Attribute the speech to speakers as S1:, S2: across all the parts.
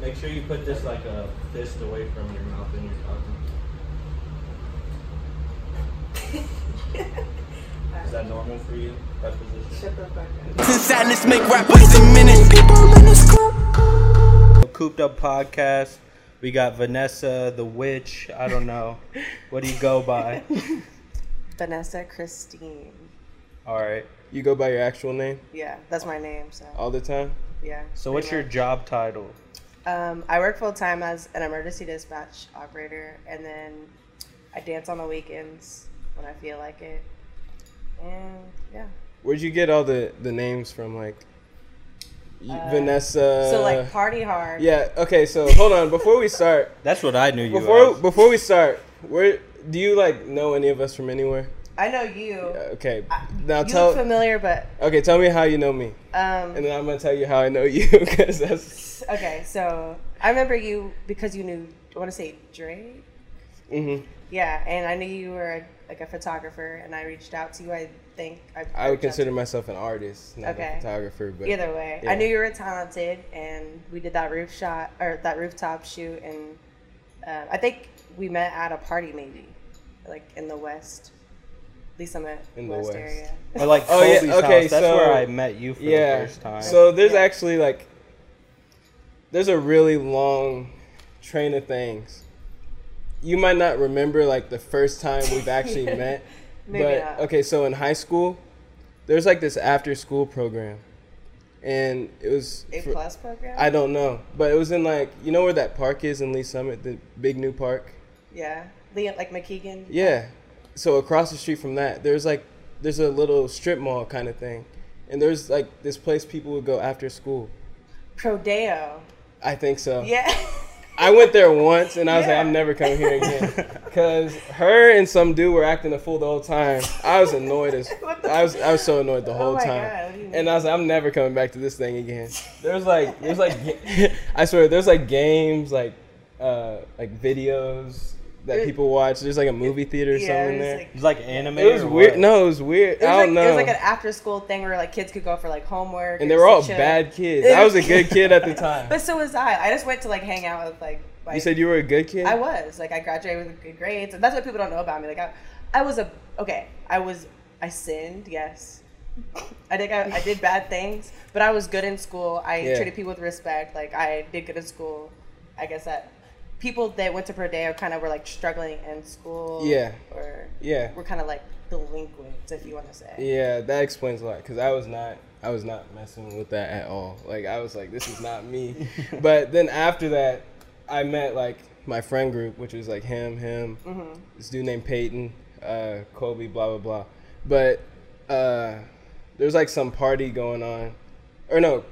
S1: Make sure you put this like a fist away from your mouth and your tongue. Is that normal for you? That position?
S2: Shut the fuck up.
S3: To sadness make rap wait a minute. People in this group.
S1: Cooped Up Podcast. We got Vanessa, the witch. I don't know. what do you go by?
S2: Vanessa Christine.
S1: All right.
S4: You go by your actual name
S2: Yeah, that's my name. So
S4: all the time?
S2: yeah.
S1: So, what's your
S2: pretty
S1: job title?
S2: much. Um, I work full time as an emergency dispatch operator, and then I dance on the weekends when I feel like it. And yeah,
S4: Where'd you get all the the names from? Like y- Vanessa.
S2: Uh, so like party hard.
S4: Uh, yeah. Okay. So hold on. Before we start,
S1: That's what I knew you
S4: before
S1: as.
S4: before we start, where do you like know any of us from anywhere? Uh,
S2: I know you.
S4: Okay.
S2: You
S4: Now
S2: look
S4: tell.
S2: familiar, but
S4: Okay. Tell me how you know me,
S2: um,
S4: and then I'm gonna tell you how I know you because that's.
S2: okay. So I remember you because you knew. I want to say Drake.
S4: Mm-hmm.
S2: Yeah, and I knew you were like a photographer, and I reached out to you. I think I.
S4: I would
S2: reached out to
S4: consider myself an artist, not
S2: Okay.
S4: a photographer, but
S2: Either way, I
S4: Yeah.
S2: knew you were talented, and we did that roof shot or that rooftop shoot, and um, I think we met at a party maybe, like in the west. At least I met
S4: In the
S2: west,
S4: West.
S2: area.
S1: Or like
S4: Oh, yeah,
S1: Kobe's
S4: okay,
S1: house. That's
S4: so-
S1: where I met you for
S4: yeah.
S1: the first time.
S4: So there's
S2: Yeah.
S4: actually like there's a really long train of things. You might not remember like the first time we've actually met.
S2: Maybe
S4: but
S2: not.
S4: okay, so in high school, there's like this after school program. And it was
S2: A
S4: for-
S2: plus program.
S4: I don't know. But it was in like you know where that park is in Lee Summit, the big new park?
S2: yeah, Leon like McKeegan.
S4: Yeah. So across the street from that, there's like there's a little strip mall kind of thing. And there's like this place people would go after school.
S2: Prodeo.
S4: I think so.
S2: Yeah.
S4: I went there once and I was
S2: Yeah.
S4: like, I'm never coming here again. Cause her and some dude were acting a fool the whole time. I was annoyed as
S2: What the- Oh
S4: I was I was so annoyed the whole
S2: my
S4: time.
S2: God, what do you mean?
S4: and I was like, I'm never coming back to this thing again. There's like there's like ga- I swear there's like games like uh like videos that
S2: It-
S4: people watch. There's like a movie theater or
S2: yeah,
S4: something
S2: it was
S4: there.
S2: like.
S1: it's like anime.
S4: it was
S1: or
S4: weird.
S1: what?
S4: No, it was weird.
S2: It was,
S4: I
S2: like,
S4: don't know.
S2: it was like an after-school thing where like kids could go for like homework,
S4: and
S2: or
S4: they were all
S2: some shit.
S4: bad kids. I was a good kid at the time.
S2: But so was I. I just went to like hang out with like. my
S4: You said you were a good kid.
S2: I was like I graduated with good grades, and that's what people don't know about me. Like I, I was a okay. I was I sinned, yes. I think I, I did bad things, but I was good in school. I
S4: Yeah.
S2: treated people with respect. Like I did good in school. I guess that people that went to Prodeo kind of were like struggling in school.
S4: Yeah.
S2: Or
S4: Yeah.
S2: were kind of like delinquents, if you want to say.
S4: Yeah, that explains a lot. Cause I was not, I was not messing with that at all. Like I was like, this is not me. but then after that, I met like my friend group, which was like him, him,
S2: Mm-hmm.
S4: this dude named Peyton, uh, Kobe, blah blah blah. But uh, there's like some party going on, or no,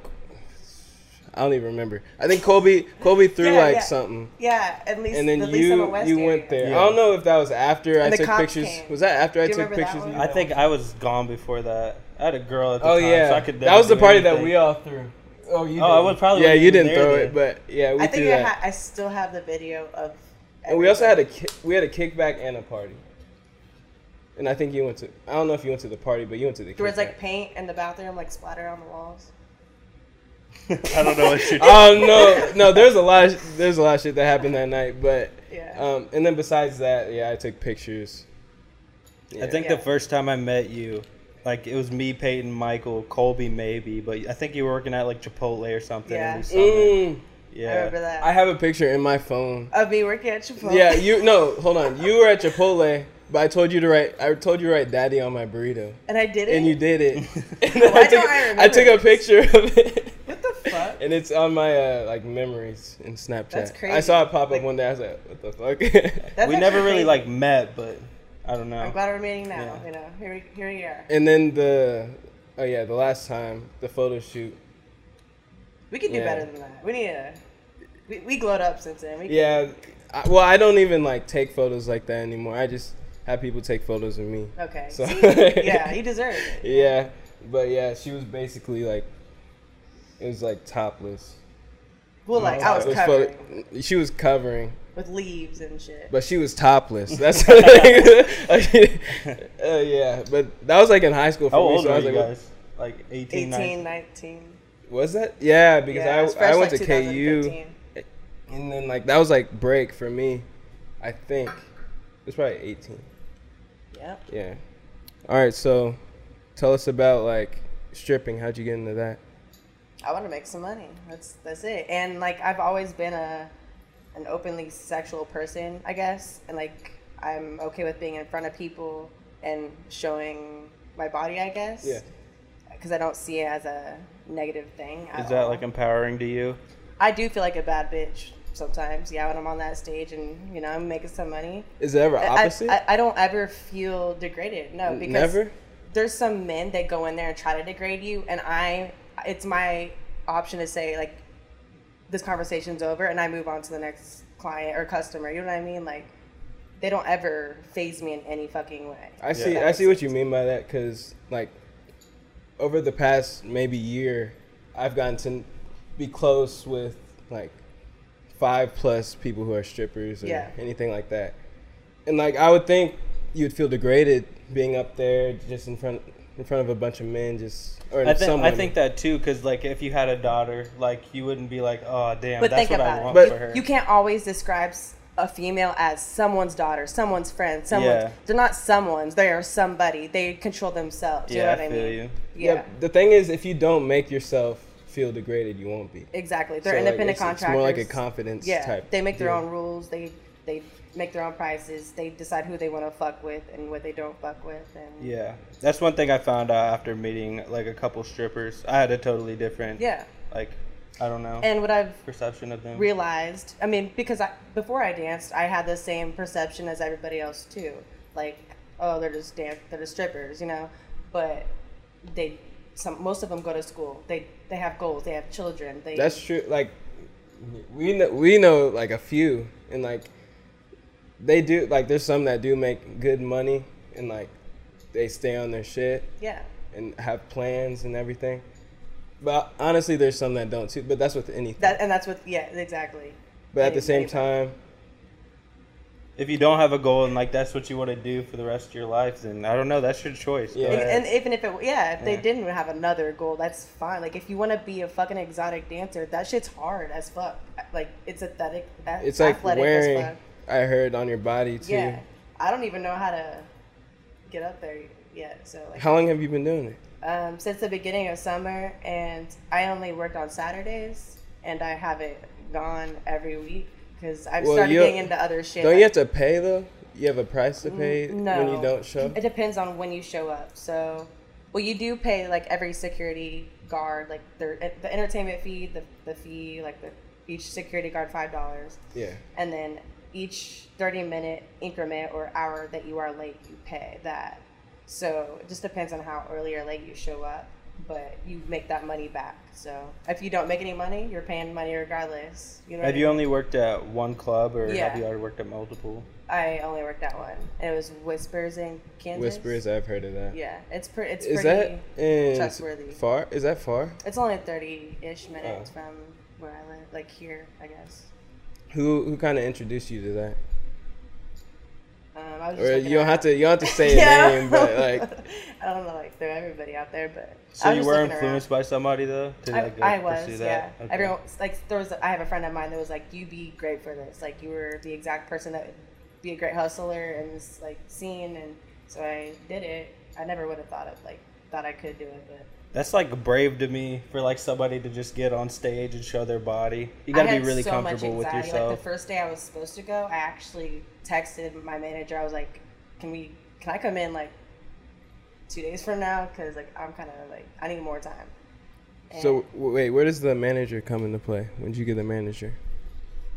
S4: I don't even remember. I think Kobe, Kobe threw
S2: Yeah,
S4: like
S2: yeah.
S4: something.
S2: Yeah, at least
S4: And then
S2: at least I'm a
S4: you
S2: West
S4: you
S2: area.
S4: went there.
S1: Yeah.
S4: I don't know if that was after I
S2: the
S4: took
S2: cops
S4: pictures.
S2: came.
S4: Was that after I
S2: Do you
S4: took
S2: remember that
S4: pictures?
S2: one?
S4: of you?
S1: I think I was gone before that. I had a girl at the
S4: Oh
S1: time,
S4: yeah,
S1: so I could.
S4: that was the party that we
S1: all.
S4: all threw. Oh, you.
S1: Oh, I was probably.
S4: yeah,
S1: wasn't
S4: you
S1: even
S4: didn't
S1: there
S4: throw
S1: then.
S4: it, but yeah, we
S2: I
S4: threw
S2: think I,
S4: that.
S2: ha- I still have the video of.
S4: and we also
S2: everything.
S4: had a ki- we had a kickback and a party. And I think you went to. I don't know if you went to the party, but you went to the.
S2: There was like
S4: kickback.
S2: paint in the bathroom, like splatter on the walls.
S1: I don't know what you did.
S4: oh no, no. There's a lot. Of, there's a lot of shit that happened that night, but
S2: Yeah.
S4: um, and then besides that, yeah, I took pictures.
S1: I think
S2: Yeah.
S1: the first time I met you, like it was me, Peyton, Michael, Colby, maybe, but I think you were working at like Chipotle or something.
S2: Yeah.
S1: Yeah.
S4: Mm,
S1: yeah.
S2: I remember that.
S4: I have a picture in my phone.
S2: of me working at Chipotle.
S4: Yeah, you no. Hold on, you were at Chipotle, but I told you to write. I told you to write "Daddy" on my burrito.
S2: And I did it.
S4: and you did it. And
S2: Why
S4: I, took,
S2: don't I remember
S4: I took
S2: this?
S4: a picture of it,
S2: What the fuck?
S4: and it's on my uh, like memories in Snapchat.
S2: That's crazy.
S4: I saw it pop up
S2: Like-
S4: one day. I was like, "What the fuck?"
S2: That's
S1: we never
S2: actually
S1: really
S2: crazy.
S1: like met, but I don't
S2: I'm
S1: know.
S2: glad we're meeting now.
S1: Yeah.
S2: You know, here we here we are.
S4: and then the oh yeah, the last time the photo shoot.
S2: We can do
S4: Yeah.
S2: better than that. We need to. We, we glowed up since then. We
S4: Yeah, I, well, I don't even like take photos like that anymore. I just have people take photos of me.
S2: Okay.
S4: So-
S2: See? yeah, you deserve it.
S4: Yeah, but yeah, she was basically like, it was like topless.
S2: Well, like I was
S4: It was
S2: covered
S4: photo- she was covering.
S2: with leaves and shit.
S4: But she was topless. That's the thing. uh, yeah. But that was like in high school for
S1: How
S4: me.
S1: old
S4: so I
S1: were
S4: was
S1: you
S4: like,
S1: guys? Like 18, 19?
S2: 18, 19.
S4: what- was that? Yeah, because
S2: Yeah, it was
S4: I,
S2: fresh,
S4: I went
S2: like
S4: to KU.
S2: 2015.
S4: And then like that was like break for me. I think it was probably 18.
S2: Yeah.
S4: Yeah. All right, so tell us about like stripping. How'd you get into that?
S2: I want to make some money. That's that's it. And like I've always been a an openly sexual person, I guess. And like I'm okay with being in front of people and showing my body, I guess. Because I don't see it as a negative thing. at
S1: Is that
S2: all.
S1: like empowering to you?
S2: I do feel like a bad bitch sometimes. Yeah, when I'm on that stage and you know I'm making some money.
S4: Is it ever
S2: I- I-
S4: opposite?
S2: I, I, don't ever feel degraded. No, because
S4: Never?
S2: there's some men that go in there and try to degrade you, and I, it's my option to say like, this conversation's over, and I move on to the next client or customer. You know what I mean? Like, they don't ever phase me in any fucking way.
S4: I see.
S2: That
S4: I
S2: makes
S4: see what
S2: sense.
S4: you mean by that because, like, over the past maybe year, I've gotten to be close with like five plus people who are strippers or
S2: Yeah.
S4: anything like that, and like I would think you'd feel degraded being up there just in front in front of a bunch of men, just or
S1: I think,
S4: some
S1: I
S4: women.
S1: think that too, because like if you had a daughter, like you wouldn't be like, oh damn,
S2: But
S1: that's
S2: think
S1: what I
S2: about
S1: want
S2: it.
S1: for
S2: You-
S1: her.
S2: You, can't always describe s- a female as someone's daughter, someone's friend, someone's.
S1: Yeah.
S2: They're not someone's. They are somebody. They control themselves. You
S1: Yeah,
S2: know
S1: I
S2: what I,
S1: feel
S2: mean?
S1: you.
S4: yeah.
S2: Yeah.
S4: The thing is, if you don't make yourself feel degraded, you won't be.
S2: Exactly. They're
S4: So, like,
S2: independent
S4: it's-
S2: contractors.
S4: It's more like a confidence
S2: yeah,
S4: type.
S2: they make their
S4: deal.
S2: own rules. They they make their own prices. They decide who they want to fuck with and what they don't fuck with. And
S1: Yeah, that's one thing I found out after meeting like a couple strippers. I had a totally different,
S2: yeah.
S1: like I don't know,
S2: And what I've
S1: perception of them.
S2: realized, I mean, because I before I danced, I had the same perception as everybody else too. Like, oh, they're just dance, they're just strippers, you know. But they, some most of them go to school. They they have goals. They have children. They
S4: That's true. Like we know, we know like a few, and like they do. Like there's some that do make good money, and like they stay on their shit
S2: yeah.
S4: and have plans and everything. But honestly, there's some that don't too. But that's with anything.
S2: That and that's what yeah exactly.
S4: but at the
S2: they-
S4: same
S2: they-
S4: time,
S1: if you don't have a goal and like that's what you want to do for the rest of your life, then I don't know. That's your choice. Go
S4: Yeah.
S2: Ex-
S1: ahead.
S2: And even if it, yeah, if they
S1: Yeah.
S2: didn't have another goal, that's fine. Like if you want to be a fucking exotic dancer, that shit's hard as fuck. Like it's aesthetic. a-
S4: it's like
S2: athletic As
S4: wearing.
S2: fuck.
S4: I heard on your body too.
S2: Yeah, I don't even know how to get up there yet. So like,
S4: How long have you been doing it?
S2: um, since the beginning of summer, and I only worked on Saturdays, and I haven't gone every week because I've
S4: Well,
S2: started
S4: you-
S2: getting into other shit.
S4: Don't
S2: like-
S4: you have to pay though? You have a price to pay
S2: Mm, no.
S4: when you don't show.
S2: It depends on when you show up. So, well, you do pay like every security guard, like their, eh, the entertainment fee, the, the fee, like the, each security guard five dollars,
S4: Yeah.
S2: and then each thirty minute increment or hour that you are late, you pay that. So it just depends on how early or late you show up, but you make that money back. So if you don't make any money, you're paying money regardless. You know. what
S1: Have
S2: I
S1: you
S2: mean?
S1: only worked at one club, or
S2: Yeah.
S1: have you already worked at multiple?
S2: I only worked that one, and it was Whispers in Kansas.
S4: Whispers. I've heard of that.
S2: Yeah, it's pretty. It's
S4: Is
S2: pretty.
S4: that in
S2: trustworthy.
S4: far? Is that far?
S2: It's only thirty-ish minutes
S4: Oh.
S2: from where I live, like here, I guess.
S4: Who who kind of introduced you to that?
S2: Um, I was just
S4: Or
S2: looking
S4: you don't
S2: it
S4: have
S2: up.
S4: to you don't have to say a
S2: Yeah.
S4: name, but like
S2: I don't know, like they're everybody out there, but
S1: So
S2: I was
S1: you
S2: just
S1: were
S2: looking
S1: influenced by somebody though? To,
S2: around.
S1: like, go
S2: I, I was,
S1: pursue
S2: yeah.
S1: that? Okay.
S2: Everyone, like there was. I have a friend of mine that was like, "You be great for this. Like you were the exact person that would be a great hustler in this like scene." And so I did it. I never would have thought of like thought I could do it, but
S1: That's like brave to me for like somebody to just get on stage and show their body. You gotta
S2: I
S1: be
S2: had
S1: really
S2: so much
S1: comfortable with
S2: anxiety. Like
S1: yourself.
S2: the first day I was supposed to go, I actually texted my manager. I was like, "Can we? Can I come in like two days from now? Because like I'm kind of like I need more time." And
S4: so w- wait, where does the manager come into play? When did you get the manager?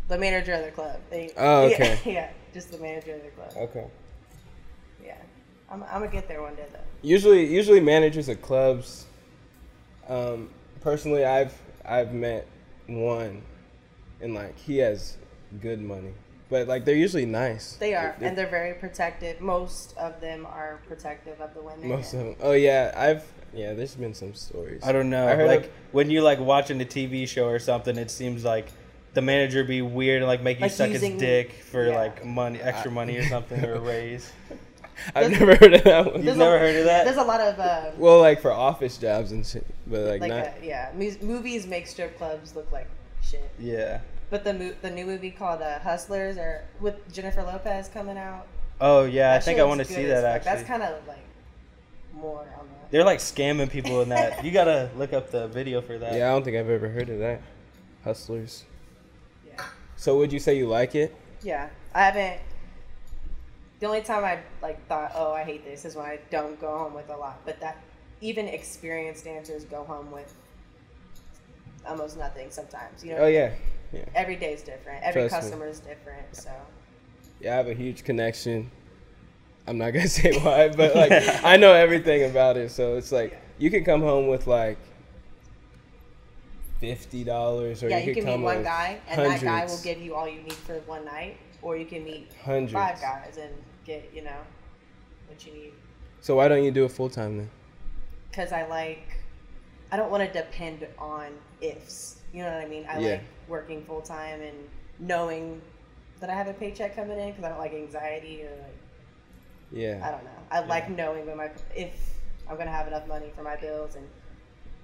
S2: the manager of the club. They,
S4: Oh,
S2: yeah,
S4: okay.
S2: Yeah, just the manager of the club.
S4: Okay.
S2: Yeah, I'm, I'm gonna get there one day though.
S4: Usually usually managers at clubs um personally I've I've met one and like he has good money. But like they're usually nice.
S2: They are, and they're very protective. Most of them are protective of the women.
S4: most of them. Oh yeah, I've yeah, there's been some stories.
S1: I don't know.
S4: I heard
S1: like
S4: of-
S1: when you like watching a TV show or something, it seems like the manager be weird and like make you
S2: Like
S1: suck
S2: using-
S1: his dick for
S2: yeah.
S1: like money, extra money or something, or a raise.
S4: I've
S2: there's-
S4: never heard of that one.
S1: You've never heard of that?
S2: There's a lot of um,
S4: Well, like for office jobs and shit, but like,
S2: like
S4: not.
S2: uh yeah, mu- movies make strip clubs look like shit.
S1: yeah,
S2: But the mo- the new movie called uh, Hustlers or with Jennifer Lopez coming out.
S1: Oh yeah, I
S2: That
S1: think
S2: shit
S1: I
S2: was
S1: want to
S2: good
S1: see that
S2: as fuck.
S1: actually.
S2: That's kind of like more on the.
S1: They're like scamming people in that. you gotta look up the video for that.
S4: Yeah, I don't think I've ever heard of that. Hustlers.
S2: Yeah.
S4: So would you say you like it?
S2: Yeah, I haven't. The only time I like thought, oh, I hate this, is when I don't go home with a lot. But that even experienced dancers go home with almost nothing sometimes. You know,
S4: Oh yeah. Yeah.
S2: every day is different. Every
S4: Trust me.
S2: customer is different. So
S4: Yeah, I have a huge connection. I'm not gonna say why, but like I know everything about it. So it's like you could come home with like fifty dollars, or
S2: yeah,
S4: you,
S2: you
S4: could
S2: can
S4: come
S2: meet one
S4: with
S2: guy, and
S4: hundreds,
S2: that guy will give you all you need for one night, or you can meet
S4: hundreds.
S2: five guys and get you know what you need.
S4: So why don't you do it full time then?
S2: because I like, I don't want to depend on ifs. You know what I mean? I
S4: Yeah.
S2: like working full time and knowing that I have a paycheck coming in because I don't like anxiety or like, I
S4: Yeah.
S2: don't know. I like knowing when my if I'm gonna have enough money for my bills and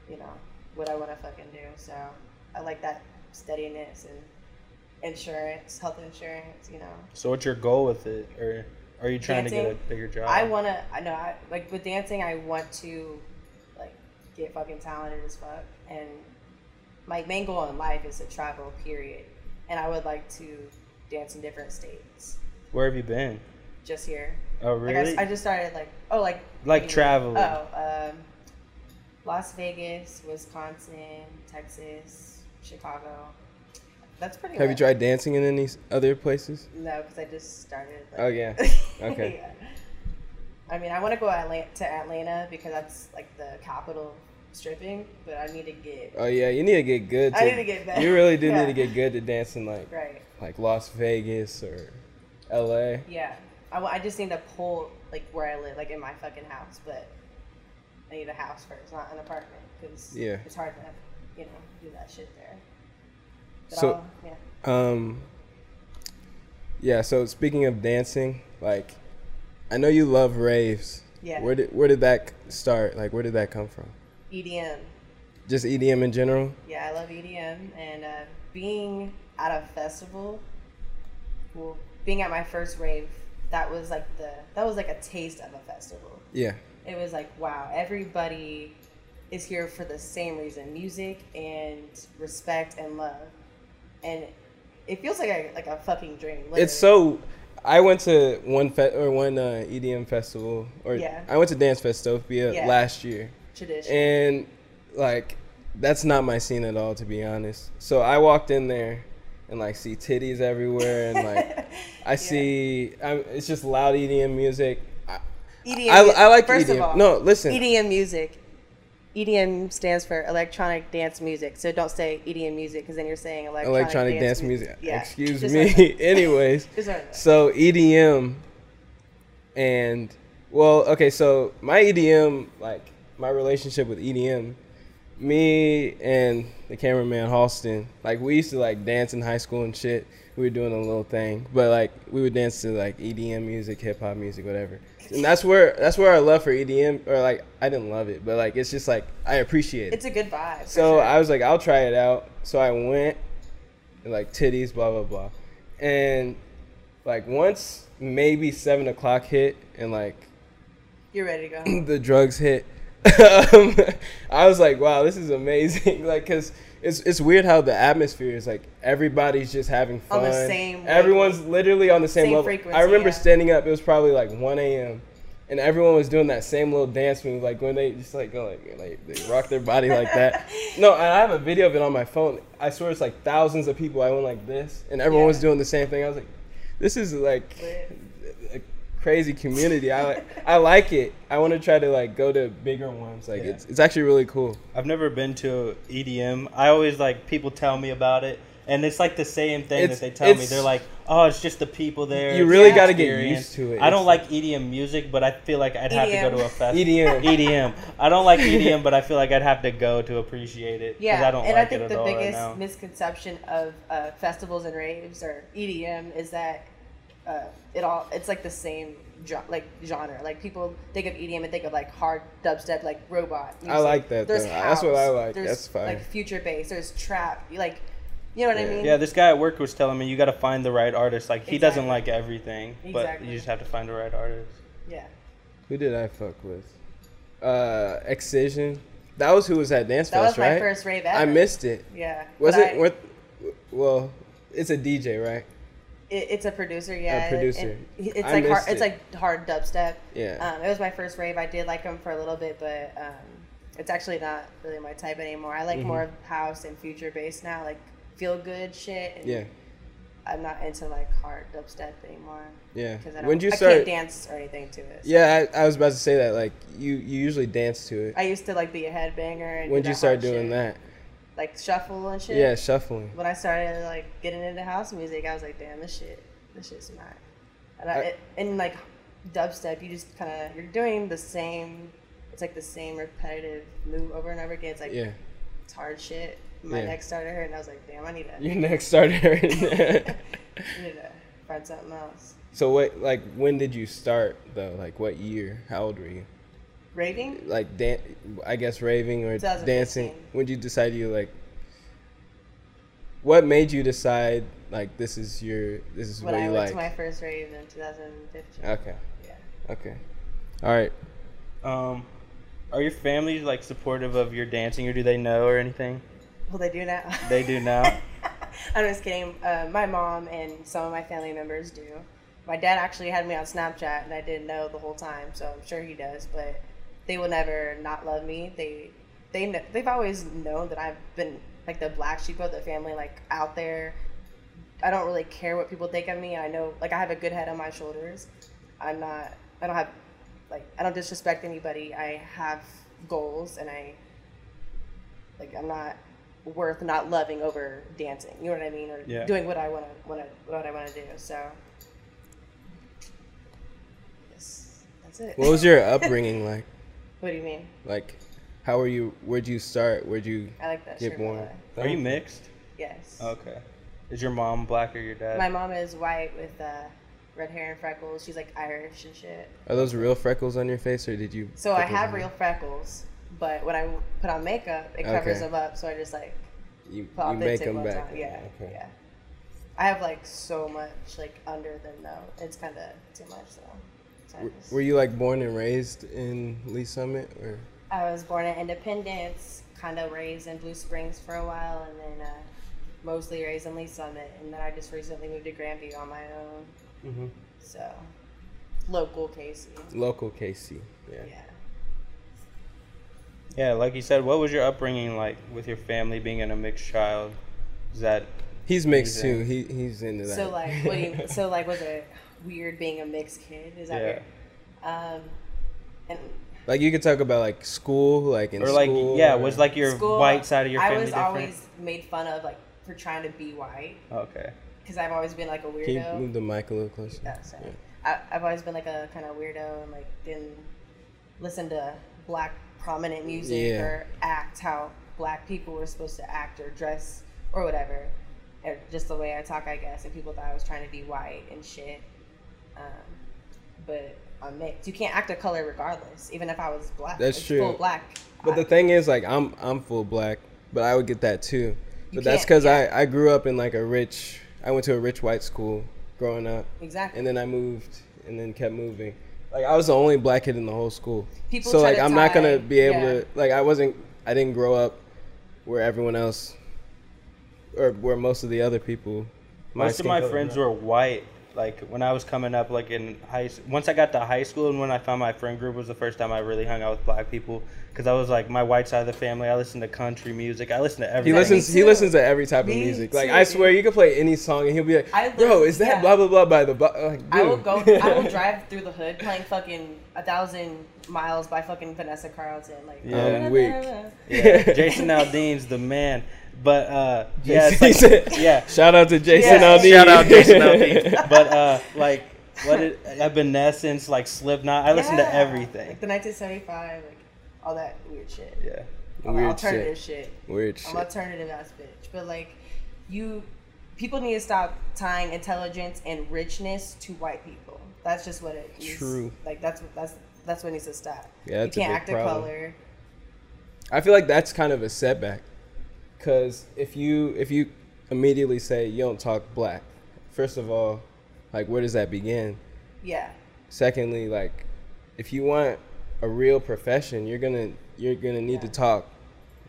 S2: you know what I want to fucking do. So I like that steadiness and insurance, health insurance. You know,
S1: So what's your goal with it, or are you trying to get
S2: Dancing?
S1: a bigger job?
S2: I want to. I know. I like with dancing. I want to like get fucking talented as fuck. And my main goal in life is to travel. Period. And I would like to dance in different states.
S1: Where have you been?
S2: Just here.
S1: Oh
S2: Like I s-
S1: really?
S2: I, just started like oh like
S1: Like
S2: mm,
S1: traveling.
S2: Oh, um, Las Vegas, Wisconsin, Texas, Chicago. That's pretty.
S4: Have you
S2: much-
S4: tried dancing in any s- other places?
S2: No, because I just started. Like,
S4: Oh, yeah. Okay.
S2: Yeah. I mean, I want to go Atla- to Atlanta because that's like the capital of stripping, but I need to get
S4: Oh yeah, you need to get good. To,
S2: I need to get better.
S4: You really do
S2: Yeah.
S4: need to get good to dancing like
S2: right.
S4: like Las Vegas or L.A.
S2: Yeah, I, wa- I just need to pull like where I live, like in my fucking house, but I need a house first, not an apartment, because
S4: Yeah.
S2: it's hard to you know do that shit there. But
S4: So-
S2: I'll, yeah,
S4: Um. Yeah. So speaking of dancing, like, I know you love raves.
S2: Yeah.
S4: Where did Where did that c- start? Like, where did that come from?
S2: EDM.
S4: Just EDM in general.
S2: Yeah, I love EDM and uh, being at a festival. Well, being at my first rave, that was like the that was like a taste of a festival.
S4: Yeah.
S2: It was like wow, everybody is here for the same reason: music and respect and love. And it feels like a like a fucking dream.
S4: It's so. I went to one fe- or one uh, EDM festival, or
S2: Yeah.
S4: I went to Dance Festopia
S2: Yeah.
S4: last year,
S2: tradition.
S4: and like, that's not my scene at all, to be honest. So I walked in there, and like see titties everywhere, and like I see, I'm, it's just loud EDM music. I,
S2: EDM.
S4: I, I like
S2: first
S4: EDM.
S2: Of all,
S4: no, listen.
S2: EDM music. EDM stands for electronic dance music. So don't say EDM music because then you're saying electronic,
S4: electronic dance, music.
S2: Yeah.
S4: Excuse
S2: Just
S4: me.
S2: like that.
S4: Anyways,
S2: Just like that.
S4: so EDM and well, okay, so my EDM, like my relationship with EDM, me and the cameraman Halston, like we used to like dance in high school and shit. We were doing a little thing, but like we would dance to like EDM music, hip hop music, whatever. And that's where that's where I love for EDM, or like I didn't love it, but like it's just like I appreciate it.
S2: It's a good vibe. for
S4: So
S2: sure.
S4: I was like, I'll try it out. So I went, like titties, blah blah blah, and like once maybe seven o'clock hit and like
S2: you're ready to go.
S4: the drugs hit, um, I was like, wow, this is amazing. like, cause it's it's weird how the atmosphere is like everybody's just having
S2: On
S4: fun.
S2: the same
S4: Everyone's literally on the same,
S2: Same
S4: level.
S2: frequency,
S4: I remember
S2: yeah.
S4: standing up. It was probably like one a.m. And everyone was doing that same little dance move, like when they just like go like, like they rock their body like that. No, and I have a video of it on my phone. I swear it's like thousands of people. I went like this, and everyone
S2: Yeah.
S4: was doing the same thing. I was like, this is like
S2: Lit.
S4: a crazy community. I like, I like it. I want to try to like go to bigger ones. Like
S1: Yeah.
S4: it's it's actually really cool.
S1: I've never been to EDM. I always like people tell me about it, and it's like the same thing
S4: It's-
S1: that they tell me.
S4: it's-
S1: They're like, "Oh, it's just the people there."
S4: You
S1: it's
S4: really
S1: the
S4: gotta get
S1: experience."
S4: used to it.
S1: I don't
S4: It's- E
S1: like EDM music, but I feel like I'd have to go
S2: EDM.
S1: to a fest.
S4: EDM.
S1: EDM. I don't like EDM, but I feel like I'd have to go to appreciate it. 'cause
S2: Yeah,
S1: I don't
S2: and
S1: like
S2: I think
S1: it at
S2: the
S1: all right
S2: biggest
S1: now.
S2: misconception of uh, festivals and raves or EDM is that uh, it all it's like the same jo- like genre. Like people think of EDM and think of like hard dubstep, like robot. Music.
S4: like that,
S2: There's
S4: though. That's what I
S2: house,
S4: like.
S2: There's
S4: That's fire.
S2: like future bass. There's trap. Like You know what I
S4: Yeah.
S2: mean?
S1: Yeah, this guy at work was telling me you got to find the right artist. Like he doesn't
S2: Exactly.
S1: like everything, but
S2: Exactly.
S1: you just have to find the right artist.
S2: Yeah.
S4: Who did I fuck with? Uh, Excision. That was who was at Dance
S2: That was
S4: Fest,
S2: my
S4: right?
S2: first rave ever.
S4: I missed it.
S2: Yeah.
S4: Was
S2: but
S4: it
S2: I-
S4: worth? Well, it's a DJ, right?
S2: it- It's a producer. Yeah.
S4: producer.
S2: and he- it's
S4: I
S2: like hard,
S4: missed
S2: it's
S4: it.
S2: like hard dubstep.
S4: Yeah.
S2: Um, it was my first rave. I did like him for a little bit, but um, it's actually not really my type anymore. I like
S4: Mm-hmm.
S2: more of house and future bass now, like feel good shit. And
S4: yeah,
S2: I'm not into like hard dubstep anymore
S4: yeah.
S2: because I don't.
S4: When did you
S2: I
S4: start?
S2: can't dance or anything to it. so-
S4: Yeah, I, I was about to say that. Like, you you usually dance to it.
S2: I used to like be a headbanger. And
S4: When
S2: do
S4: did you
S2: that
S4: start
S2: hard
S4: doing
S2: shit,
S4: that?
S2: Like shuffle and shit.
S4: Yeah, shuffling.
S2: When I started like getting into house music, I was like, damn, this shit, this shit's not. And I,
S4: I-
S2: it, and like dubstep, you just kind of you're doing the same. It's like the same repetitive move over and over again. It's like
S4: Yeah.
S2: it's hard shit. My
S4: Yeah.
S2: neck started hurting. I was like, damn, I need to,
S4: Your neck started hurting.
S2: I need to find something else.
S4: so what? Like, when did you start though? Like, what year? How old were you?
S2: Raving.
S4: Like, dan- I guess raving or
S2: 2015.
S4: dancing. When did you decide you like? What made you decide like this is your this is
S2: When
S4: what
S2: I
S4: you
S2: went
S4: like? Uh,
S2: to my first rave in 2015.
S4: okay.
S2: Yeah.
S4: Okay. All right.
S1: Um, are your families like supportive of your dancing, or do they know or anything?
S2: Well, they do now.
S1: They do now.
S2: I'm just kidding. Uh, my mom and some of my family members do. My dad actually had me on Snapchat, and I didn't know the whole time, so I'm sure he does. But they will never not love me. They they kn- they've always known that I've been like the black sheep of the family, like out there. I don't really care what people think of me. I know like I have a good head on my shoulders. I'm not. I don't have like I don't disrespect anybody. I have goals, and I like I'm not worth not loving over dancing. You know what I mean? Or
S1: Yeah.
S2: doing what I want to want to what I want to do. So yes, that's it.
S4: What was your upbringing like?
S2: what do you mean?
S4: Like, how were you? Where'd you start? Where'd you
S2: I like that.
S4: get
S2: shirt, by the
S4: born?
S2: way.
S1: Are you mixed?
S2: Yes.
S1: Okay. Is your mom black or your dad?
S2: My mom is white with uh, red hair and freckles. She's like Irish and shit.
S4: Are those real freckles on your face, or did you?
S2: So
S4: put
S2: I
S4: those
S2: have
S4: on?
S2: real freckles, but when I put on makeup, it covers
S4: Okay.
S2: them up. So I just like
S4: You,
S2: put
S4: you make
S2: authentic
S4: them
S2: one
S4: back.
S2: time. Yeah,
S4: Okay.
S2: yeah. I have like so much like under them though. It's kind of too much though.
S4: W- Were you like born and raised in Lee Summit, or
S2: I was born in Independence, kind of raised in Blue Springs for a while, and then uh, mostly raised in Lee Summit, and then I just recently moved to Grandview on my own.
S1: Mhm.
S2: So local Casey.
S4: local KC? Yeah.
S2: Yeah.
S1: Yeah, like you said, what was your upbringing like with your family being in a mixed child? Is that
S4: He's mixed
S1: He's
S4: too. He he's into that.
S2: So like, what do you, so like, was it weird being a mixed kid? Is that
S1: yeah,
S2: weird? Um, and
S4: like you could talk about like school, like in
S1: or like
S4: school,
S1: yeah,
S4: or-
S1: was like your
S2: school,
S1: white side of your family
S2: I was
S1: different?
S2: always made fun of like for trying to be white
S1: okay,
S2: because I've always been like a
S4: Can you
S2: weirdo.
S4: move the mic a little closer?
S2: Oh, sorry. I, I've always been like a kind of weirdo and like didn't listen to black prominent music
S4: Yeah.
S2: or act how black people were supposed to act or dress or whatever. Or just the way I talk, I guess, and people thought I was trying to be white and shit. Um, but I'm mixed. You can't act a color regardless, even if I was black.
S4: That's
S2: like,
S4: true.
S2: Full black.
S4: But the
S2: I-
S4: thing is, like, I'm I'm full black, but I would get that too. But that's
S2: can't,
S4: because I I grew up in like a rich. I went to a rich white school growing up,
S2: exactly.
S4: and then I moved, and then kept moving. Like I was the only black kid in the whole school.
S2: People
S4: so
S2: try
S4: like
S2: to
S4: I'm not gonna
S2: tie-
S4: be able
S2: yeah.
S4: to like I wasn't I didn't grow up where everyone else or where most of the other people. my
S1: most of
S4: skin
S1: my
S4: color
S1: friends
S4: were.
S1: were white. Like when I was coming up, like in high, s- once I got to high school and when I found my friend group was the first time I really hung out with black people because I was like my white side of the family. I listened to country music. I listened to
S4: He
S1: everything.
S4: listens. He
S2: too.
S4: listens to every type of
S2: Me
S4: music. Like
S2: too,
S4: I swear,
S2: dude.
S4: you could play any song, and he'll be like,
S2: I
S4: "Bro,
S2: listen-
S4: is that
S2: yeah.
S4: blah blah blah by the?" bu-" Like,
S2: I will
S4: dude.
S2: go. I will drive through the hood playing fucking a thousand miles by fucking Vanessa Carlton. Like um,
S1: Yeah.
S4: I'm weak.
S1: Yeah, Jason Aldean's the man. But uh, yeah, it's
S4: Jason-
S1: like- yeah.
S4: Shout out to Jason
S2: Yeah.
S4: Aldean.
S1: Shout out Jason Aldean. But uh, like what it, Evanescence, like Slipknot. I listen
S2: Yeah.
S1: to everything.
S2: Like the 1975, like all that weird shit.
S1: Yeah.
S2: All
S4: Weird
S2: that alternative shit.
S4: Weird
S2: I'm
S4: shit.
S2: alternative ass bitch. But like, you, people need to stop tying intelligence and richness to white people. That's just what it is.
S4: True.
S2: Like that's what that's that's what needs to stop.
S4: Yeah, that's a
S2: you can't
S4: big
S2: act
S4: problem.
S2: a color.
S4: I feel like that's kind of a setback, because if you if you immediately say you don't talk black. First of all, like where does that begin?
S2: Yeah.
S4: Secondly, like if you want a real profession, you're gonna you're gonna need to
S2: Yeah.
S4: talk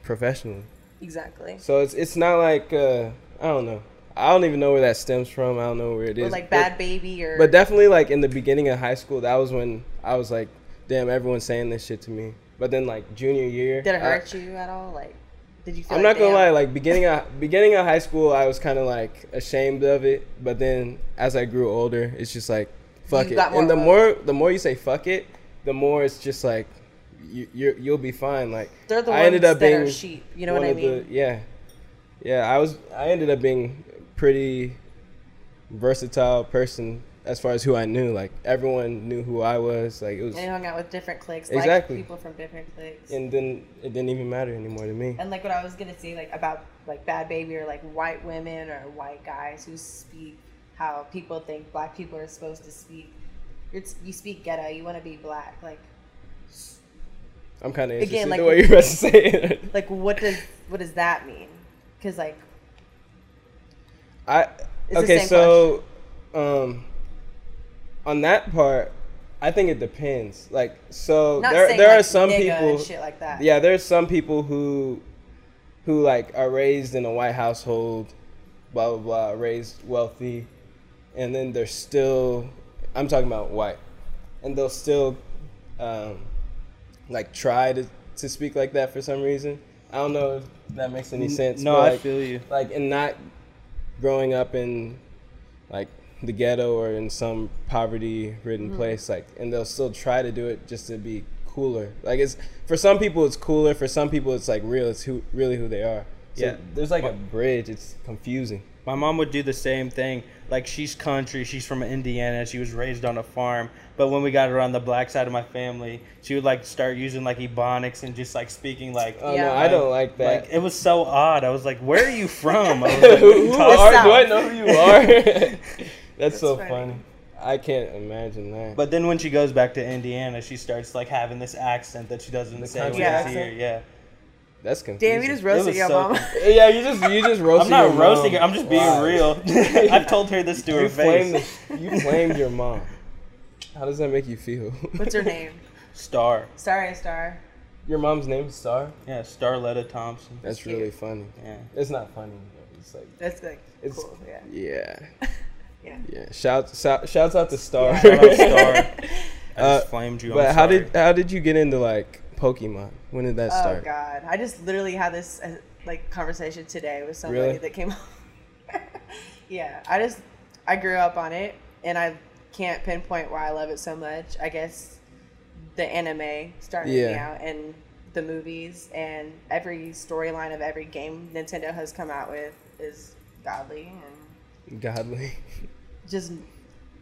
S4: professionally.
S2: Exactly.
S4: So it's it's not like uh, I don't know. I don't even know where that stems from. I don't know where it is.
S2: Or like
S4: but-
S2: bad baby or
S4: But definitely, like in the beginning of high school, that was when I was like, "Damn, everyone's saying this shit to me." But then, like junior year,
S2: did it
S4: I-
S2: hurt you at all? Like, did you? Feel
S4: I'm
S2: like,
S4: not gonna lie.
S2: damn,
S4: Like beginning of beginning of high school, I was kind of like ashamed of it. But then, as I grew older, it's just like, "Fuck
S2: You
S4: it."
S2: got more
S4: And the
S2: love.
S4: more the more you say "fuck it," the more it's just like, you you you'll be fine. Like
S2: They're the
S4: I ended
S2: ones
S4: up
S2: that
S4: being
S2: are sheep, you know what
S4: one
S2: I
S4: of the-
S2: mean?
S4: yeah, yeah. I was I ended up being pretty versatile person as far as who I knew. Like everyone knew who I was. Like it was,
S2: and hung out with different cliques,
S4: Exactly.
S2: like people from different cliques.
S4: and then it didn't even matter anymore to me.
S2: and like what I was gonna say, like about like bad baby or like white women or white guys who speak how people think black people are supposed to speak. You're, you speak ghetto. You want to be black. Like,
S4: I'm kind of interested
S2: Again,
S4: in
S2: like-
S4: the way you're about to say it.
S2: like what does what does that mean? Because like
S4: I
S2: the
S4: okay.
S2: same
S4: so, um, on that part, I think it depends. Like, so
S2: not
S4: there
S2: saying
S4: there
S2: like,
S4: are some
S2: nigga
S4: people,
S2: and shit like that.
S4: yeah, there's some people who, who like are raised in a white household, blah blah blah, raised wealthy, and then they're still, I'm talking about white, and they'll still, um, like try to to speak like that for some reason. I don't know if that makes any sense.
S1: no,
S4: but,
S1: I
S4: like,
S1: feel you.
S4: like and not growing up in like the ghetto or in some poverty ridden
S2: Mm-hmm.
S4: place like and they'll still try to do it just to be cooler like it's for some people it's cooler for some people it's like real it's who really who they are so
S1: Yeah.
S4: there's like a bridge it's confusing
S1: My mom would do the same thing. Like she's country, she's from Indiana, she was raised on a farm. But when we got around the black side of my family, she would like start using like ebonics and just like speaking like
S4: oh
S2: Yeah.
S4: no i don't like that
S1: like it was so odd. I was like, "Where are you from?" I was like, "What are you
S4: who
S1: talking
S4: are
S1: about?"
S4: do i know who you are that's, so
S2: funny.
S4: funny. i can't imagine that
S1: But then when she goes back to Indiana, she starts like having this accent that she doesn't
S4: The
S1: say when
S4: country
S1: she's
S2: accent?
S1: here. Yeah,
S4: that's confusing
S2: Damn, you just
S1: It
S2: roasted
S1: was
S2: your
S1: so
S2: mama.
S4: yeah you just you just roasting
S1: I'm not roasting her. I'm just being real. I've told her this to her
S4: you flamed,
S1: face.
S4: you flamed your mom. How does that make you feel?
S2: What's her name?
S1: Star,
S2: Sorry, Star.
S4: Your mom's name is Star.
S1: yeah, Starletta Thompson.
S4: That's
S2: Cute.
S4: really funny.
S1: Yeah.
S4: It's not funny. But it's like
S2: That's like
S4: It's-
S2: cool. Yeah.
S4: yeah,
S2: Yeah.
S4: yeah. Shout, shout shouts out to Star.
S1: Shout out Star. I just
S4: Uh,
S1: flamed you.
S4: but
S1: I'm
S4: how
S1: sorry.
S4: did how did you get into like Pokemon? When did that
S2: Oh
S4: start?
S2: God, I just literally had this uh, like conversation today with somebody
S4: Really?
S2: that came. up. yeah, I just I grew up on it, and I can't pinpoint why I love it so much. I guess the anime started me
S4: Yeah.
S2: out, and the movies, and every storyline of every game Nintendo has come out with is godly, and
S4: Godly.
S2: just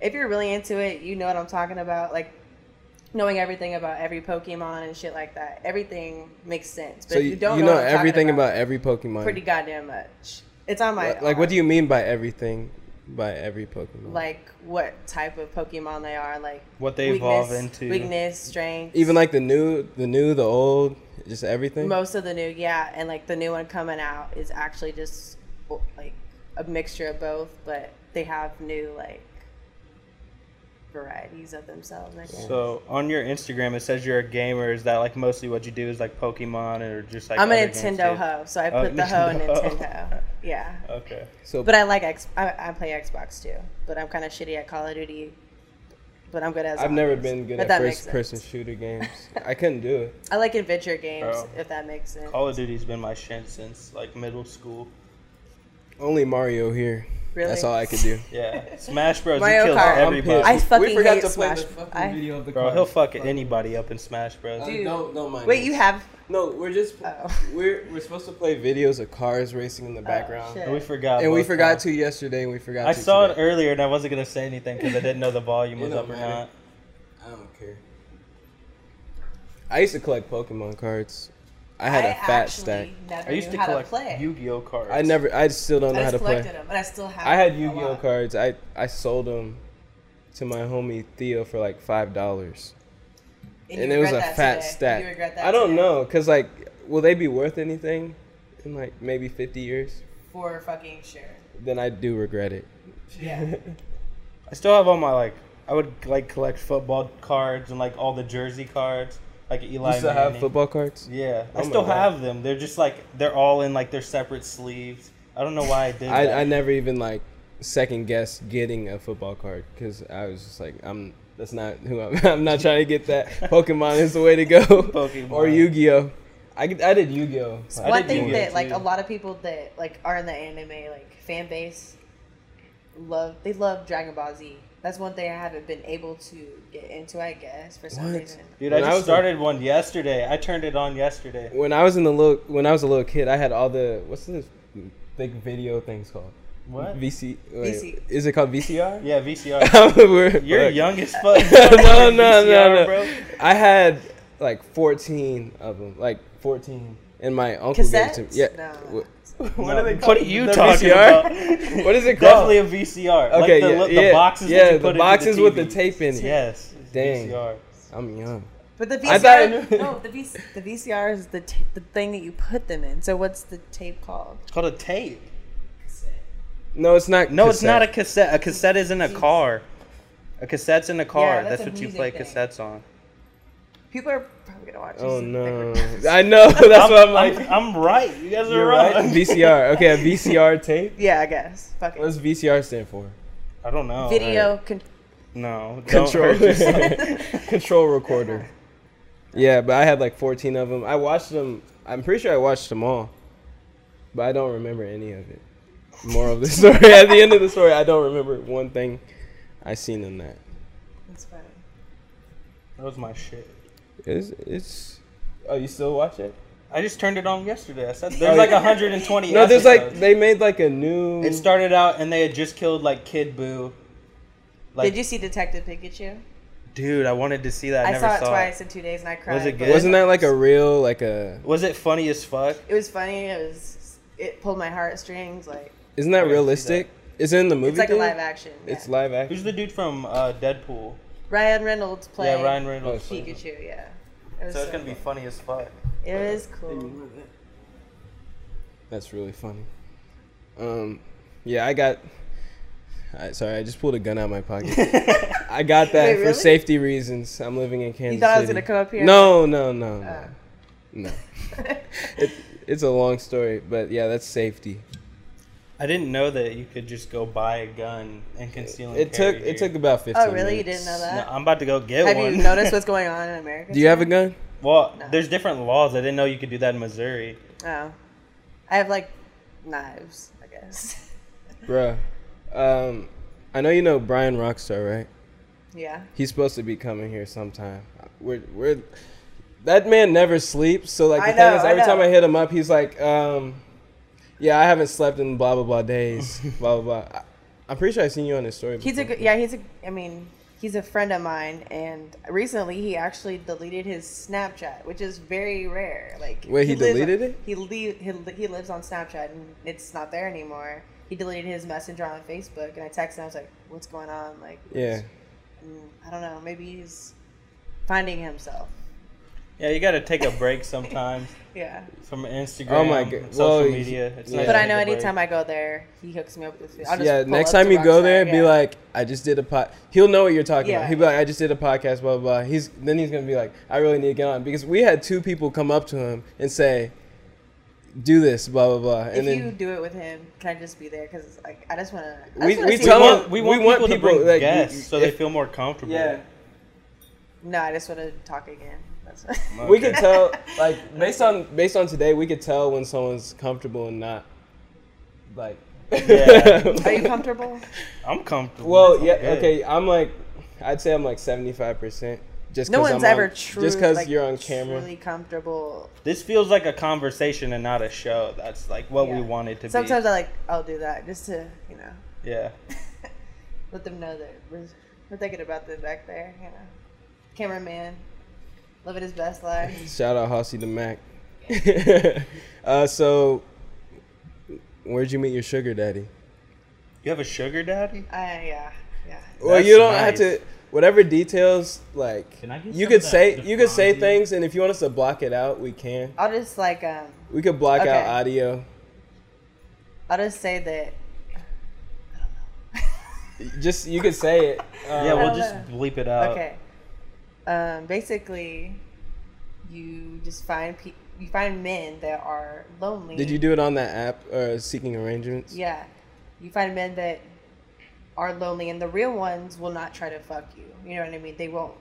S2: if you're really into it, you know what I'm talking about, like. Knowing everything about every Pokemon and shit like that, everything makes sense. But
S4: so
S2: if
S4: you,
S2: you don't
S4: you
S2: know,
S4: know
S2: what I'm talking
S4: everything
S2: about
S4: about every Pokemon.
S2: pretty goddamn much. It's on my
S4: Li- like what do you mean by everything? By every Pokemon.
S2: like what type of Pokemon they are, like
S1: What they evolve into.
S2: weakness, strength,
S4: even like the new, the new, the old, just everything.
S2: most of the new, yeah, and like the new one coming out is actually just like a mixture of both, but they have new like varieties of themselves. I guess.
S1: So on your Instagram, it says you're a gamer. Is that like mostly what you do? Is like Pokemon or just like
S2: I'm a
S1: other games
S2: Nintendo
S1: too?
S2: ho, so I
S1: Oh,
S2: put the ho in
S1: Nintendo ho.
S2: Nintendo. Yeah,
S1: Okay.
S4: so
S2: but I like X. I, I play Xbox too, but I'm kind of shitty at Call of Duty. But I'm good at.
S4: I've never
S2: zombies.
S4: been good
S2: But
S4: at
S2: that makes
S4: first person
S2: sense.
S4: shooter games. I couldn't do it.
S2: I like adventure games,
S4: Oh.
S1: Bro.
S2: if that makes sense.
S1: Call of Duty's been my shit since like middle school.
S4: Only Mario here.
S2: Really?
S4: That's all I could do.
S1: Yeah, Smash Bros.
S2: Mario
S1: he kills
S2: Kart. I'm
S1: everybody.
S2: I fucking hate Smash. I-
S4: of the Uh,
S1: Bro, he'll fuck anybody up in Smash Bros.
S2: Dude.
S4: Don't don't mind.
S2: Wait,
S4: us.
S2: you have?
S4: No, we're just
S2: Oh.
S4: we're we're supposed to play videos of cars racing in the background,
S2: shit.
S1: And we forgot.
S4: and we
S1: both
S4: forgot
S1: times.
S4: to yesterday, and we forgot.
S1: I
S4: to
S1: saw it
S4: today.
S1: earlier and I wasn't gonna say anything because I didn't know the volume
S4: It
S1: was
S4: don't
S1: up or
S4: matter.
S1: not.
S4: I don't care. I used to collect Pokemon cards. I had a fat stack.
S2: Never
S1: I used
S2: knew
S1: to
S2: how
S1: collect
S2: play.
S1: Yu-Gi-Oh cards.
S4: I never. I still don't
S2: I
S4: know
S2: just
S4: how to
S2: collected
S4: play.
S2: them, and I still have.
S4: I had
S2: a
S4: Yu-Gi-Oh
S2: lot.
S4: cards. I I sold them to my homie Theo for like five dollars.
S2: you
S4: and it was a
S2: regret that
S4: fat
S2: today.
S4: stack.
S2: You regret that
S4: I don't
S2: today.
S4: know, cause like, will they be worth anything in like maybe fifty years?
S2: for fucking sure.
S4: Then I do regret it.
S2: Yeah.
S1: I still have all my like. I would like collect football cards and like all the jersey cards, like Eli.
S4: You still have
S1: Manning.
S4: football cards?
S1: Yeah, I
S4: my
S1: still
S4: God.
S1: have them. They're just like they're all in like their separate sleeves. I don't know why I did. that.
S4: I, I never even like second guess getting a football card because I was just like, I'm that's not who I'm. I'm not trying to get that. Pokemon is the way to go.
S1: Pokemon.
S4: or Yu-Gi-Oh. I, g- I did Yu-Gi-Oh.
S1: I
S2: One
S1: did
S2: thing
S1: Yu-Gi-Oh,
S2: that like
S1: too.
S2: a lot of people that like are in the anime like fan base love they love Dragon Ball Z. That's one thing I haven't been able to get into, I guess, for some
S4: What?
S2: reason.
S1: Dude, I
S4: When I
S1: just
S4: was a-
S1: started one yesterday. I turned it on yesterday.
S4: when I was in the little when I was a little kid, I had all the what's this big video things called?
S1: What?
S4: VC, wait,
S2: VC.
S4: Is it called VCR?
S1: yeah, VCR.
S4: We're-
S1: You're
S4: fuck.
S1: young as fuck.
S4: no, no,
S1: VCR,
S4: no,
S1: bro.
S4: no. I had like 14 of them, like 14, and my uncle gave it to me.
S2: Cassettes?
S4: Yeah.
S2: No.
S4: w-
S1: What
S4: No.
S1: are they called?
S4: are you
S1: The
S4: talking
S1: VCR?
S4: What is it called?
S1: Definitely a VCR.
S4: Okay,
S1: like the,
S4: yeah,
S1: li- the
S4: yeah,
S1: boxes. that
S4: yeah,
S1: you
S4: the
S1: put
S4: boxes
S1: into
S4: with
S1: the
S4: the
S1: TV.
S4: tape in it.
S1: Yes, it's
S4: Dang.
S1: VCR.
S4: I'm young.
S2: But the VCR,
S4: I thought I knew-
S2: no, the, VC, the VCR is the t- the thing that you put them in. So what's the tape called?
S1: It's called a tape.
S4: No, it's not.
S1: No, it's not a
S4: cassette.
S1: cassette. A cassette is in a car. A cassette's in a car.
S2: that's
S1: that's
S2: a
S1: what you
S2: music
S1: play
S2: thing.
S1: cassettes on.
S2: People are probably gonna watch.
S4: Oh
S2: this.
S4: no! I know. That's what I'm like.
S1: I'm, right. You guys are
S4: You're
S1: right.
S4: right. VCR. Okay, a VCR tape.
S2: Yeah, I guess. Fuck it.
S4: What does VCR stand for?
S1: I don't know.
S2: Video con-
S1: No. Don't
S4: Control.
S1: hurt yourself.
S4: Control recorder. Yeah, but I had like 14 of them. I watched them. I'm pretty sure I watched them all, but I don't remember any of it. Moral of the story. At the end of the story, I don't remember one thing I seen in that.
S2: That's funny.
S1: that was my shit.
S4: It's. it's oh, you still watch it?
S1: I just turned it on yesterday. I said
S4: Oh,
S1: there's like
S4: yeah.
S1: 120.
S4: No, there's like
S1: episodes.
S4: they made like a new.
S1: It started out and they had just killed like Kid Boo. Like,
S2: Did you see Detective Pikachu?
S1: dude, I wanted to see that. I,
S2: I,
S1: never
S2: saw it twice in two days and I cried.
S1: it
S2: but-
S1: good?
S4: Wasn't that like a real like a?
S1: Was it funny as fuck?
S2: It was funny. It was. It pulled my heartstrings. Like
S4: Isn't that
S1: I gotta see
S4: realistic? Is it in the movie?
S2: it's like a
S4: theater?
S2: live action. yeah.
S4: It's live
S1: Who's
S4: action.
S1: the dude from uh, Deadpool?
S2: Ryan Reynolds played
S1: Yeah, Ryan Reynolds.
S4: Oh,
S2: Pikachu. Yeah. It was
S1: so it's gonna be funny as fuck.
S2: be. It was cool.
S4: That's really funny. Um, yeah, I got. I, sorry, I just pulled a gun out of my pocket. I got that
S2: Wait,
S4: for
S2: really?
S4: safety reasons. I'm living in Kansas.
S2: thought I was
S4: City.
S2: gonna come up here?
S4: No, no, no, no,
S2: Oh.
S4: no. It, it's a long story, but yeah, that's safety.
S1: I didn't know that you could just go buy a gun and conceal and
S4: It
S1: carry
S4: took
S1: here.
S4: it took about 15.
S2: oh really? You didn't know
S4: minutes.
S1: No,
S2: that?
S1: I'm about to go get
S2: Have
S1: one.
S2: you noticed what's going on in America?
S4: Do you have a gun?
S1: well,
S2: No.
S1: there's different laws. I didn't know you could do that in Missouri.
S2: Oh, I have like knives. I guess.
S4: Bruh. Um, I know you know Brian Rockstar, right?
S2: yeah.
S4: He's supposed to be coming here sometime. We're we're that man never sleeps. So like the
S2: I
S4: thing
S2: know,
S4: is,
S2: I
S4: every time
S2: know.
S4: I hit him up, he's like, um, "Yeah, I haven't slept in blah blah blah days, blah blah blah." I, I'm pretty sure I've seen you on his story.
S2: He's a
S4: before.
S2: good, yeah, he's a, I mean, he's a friend of mine, and recently he actually deleted his Snapchat, which is very rare. Like,
S4: Wait, he
S2: lives
S4: deleted
S2: on-
S4: it?
S2: He leave he, li- he lives on Snapchat, and it's not there anymore. He deleted his messenger on Facebook, and I texted him. I was like, "What's going on?" Like,
S4: Yeah,
S2: mm, I don't know. Maybe he's finding himself.
S1: Yeah, you got to take a break sometimes
S2: Yeah.
S1: from Instagram.
S4: Oh my God.
S1: social
S4: Well,
S1: media. It's
S4: yeah.
S1: nice
S2: But
S1: to
S2: I
S1: take
S2: know
S1: a break.
S2: anytime I go there, he hooks me up with food. I'll just
S4: yeah.
S2: pull
S4: Next
S2: up to
S4: time you go
S2: Rockstar,
S4: there, be
S2: yeah.
S4: like, "I just did a pot." He'll know what you're talking
S2: Yeah.
S4: about. He'll be like, "I just did a podcast, blah blah." blah. He's then he's gonna be like, "I really need to get on," because we had two people come up to him and say, "Do this, blah blah blah,"
S2: If
S4: and then
S2: you do it with him, can I just be there? Because like I just want to.
S4: We- we
S1: We
S4: tell
S1: want,
S4: them-
S1: we
S4: we
S1: want
S4: want
S1: people, to
S4: people,
S1: bring
S4: like,
S1: guests
S4: we-
S1: so they
S4: if-
S1: feel more comfortable.
S2: No, I just want to talk again. That's
S4: we could tell like based on based on today we could tell when someone's comfortable and not like
S1: Yeah.
S2: Are you comfortable?
S1: I'm comfortable.
S4: well
S1: I'm
S4: yeah
S1: good.
S4: okay i'm like i'd say i'm like 75% just
S2: No
S4: 'cause
S2: one's
S4: I'm
S2: ever
S4: on,
S2: true.
S4: just because
S2: like,
S4: you're on camera
S2: Truly comfortable.
S1: This feels like a conversation and not a show. That's like what we
S2: Yeah.
S1: want it to
S2: Sometimes I like I'll do that just to you know
S1: be. Yeah.
S2: let them know that we're, we're thinking about them back there. You know, cameraman living his best life.
S4: shout out Hossie the mac uh, so where'd you meet your sugar daddy
S1: You have a sugar daddy?
S2: I yeah yeah.
S4: well
S1: That's
S4: you don't
S1: nice.
S4: have to whatever details like
S5: Can I get
S4: you
S5: some
S4: could
S5: of that
S4: say you could say
S5: Defrondi?
S4: things and if you want us to block it out we can
S2: I'll just like um
S4: we could block
S2: Okay.
S4: out audio
S2: I'll just say that
S4: Just you could say it. Um,
S1: Yeah, we'll
S2: Uh, don't
S1: just bleep it out.
S2: Okay. Um, basically, you just find pe- you find men that are lonely.
S4: Did you do it on that app, uh, Seeking Arrangements?
S2: Yeah, you find men that are lonely, and the real ones will not try to fuck you. You know what I mean? They won't.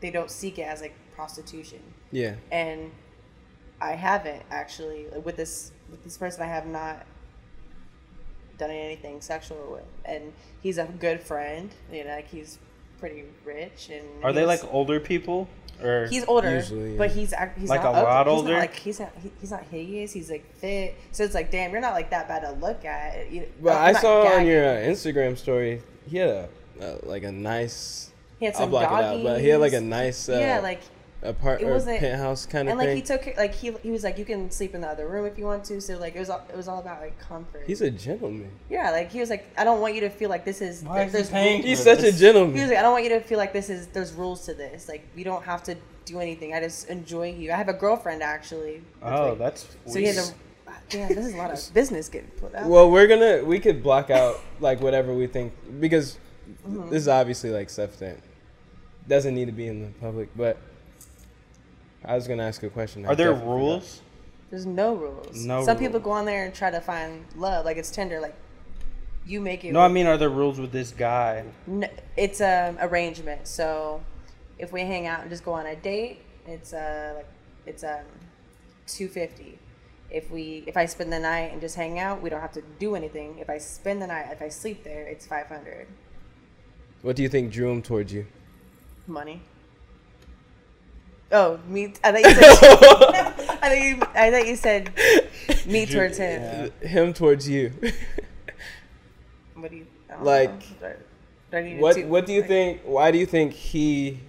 S2: They don't seek it as like prostitution.
S4: Yeah.
S2: And I haven't actually with this with this person. I have not done anything sexual with, and he's a good friend. You know, like he's pretty rich and
S1: Are they
S2: he's-
S1: like older people or
S2: He's older,
S4: Usually, yeah.
S2: but he's act- he's
S1: Like
S2: not
S1: a lot
S2: ugly.
S1: older?
S2: He's not, like he's not he- he's not hideous. He's like fit. So it's like, damn, you're not like that bad to look at. You-
S4: But
S2: I'm
S4: I
S2: not
S4: saw on
S2: gagging.
S4: your uh, Instagram story, he had a, uh, like a nice.
S2: he had
S4: I'll
S2: some
S4: block
S2: doggies.
S4: it out, but he had like a nice. Uh,
S2: yeah, like
S4: apart
S2: it
S4: or
S2: wasn't-
S4: penthouse kind of
S2: and like
S4: thing.
S2: he took care- like he he was like you can sleep in the other room if you want to. So like it was all, it was all about like comfort.
S4: He's a gentleman.
S2: yeah, like he was like I don't want you to feel like this is
S1: Why is he
S2: there's
S1: paying
S2: rules-
S4: He's such a
S2: He was
S4: gentleman.
S2: like, I don't want you to feel like this is there's rules to this. Like you don't have to do anything. I just enjoy you. I have a girlfriend actually. that's,
S1: Oh,
S2: like-
S1: that's
S2: So he had
S1: weird.
S2: to. Damn, this is a lot of business getting put out.
S4: Well, we're gonna we could block out like whatever we think because
S2: Mm-hmm.
S4: this is obviously like stuff that doesn't need to be in the public. But I was gonna ask a question. I
S1: Are there
S4: definitely forgot.
S1: rules?
S2: There's no rules.
S1: No
S2: Some people
S1: rules.
S2: go on there and try to find love, like it's Tinder. Like you make it.
S1: No, I mean, are there rules with this guy?
S2: N- it's an arrangement. So if we hang out and just go on a date, it's uh like it's um two fifty. If we if I spend the night and just hang out, we don't have to do anything. If I spend the night, if I sleep there, it's five hundred
S4: What do you think drew him towards you?
S2: money. Oh, me! I thought you said. I thought you. I thought you said me towards him.
S4: Him towards you.
S2: What do you I don't
S4: Like,
S2: know. Do I- do I need to
S4: what
S2: do-
S4: What do you
S2: like,
S4: think? Why do you think he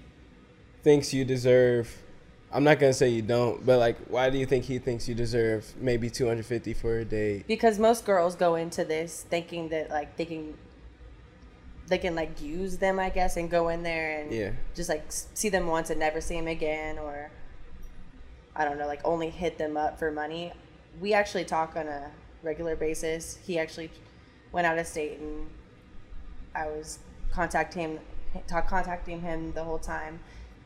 S4: thinks you deserve? I'm not gonna say you don't, but like, why do you think he thinks you deserve maybe 250 for a date?
S2: Because most girls go into this thinking that like they can, they can like use them, I guess, and go in there and
S4: Yeah.
S2: just like s- see them once and never see them again, or I don't know, like only hit them up for money. We actually talk on a regular basis. He actually went out of state, and I was contacting him, talk, contacting him the whole time,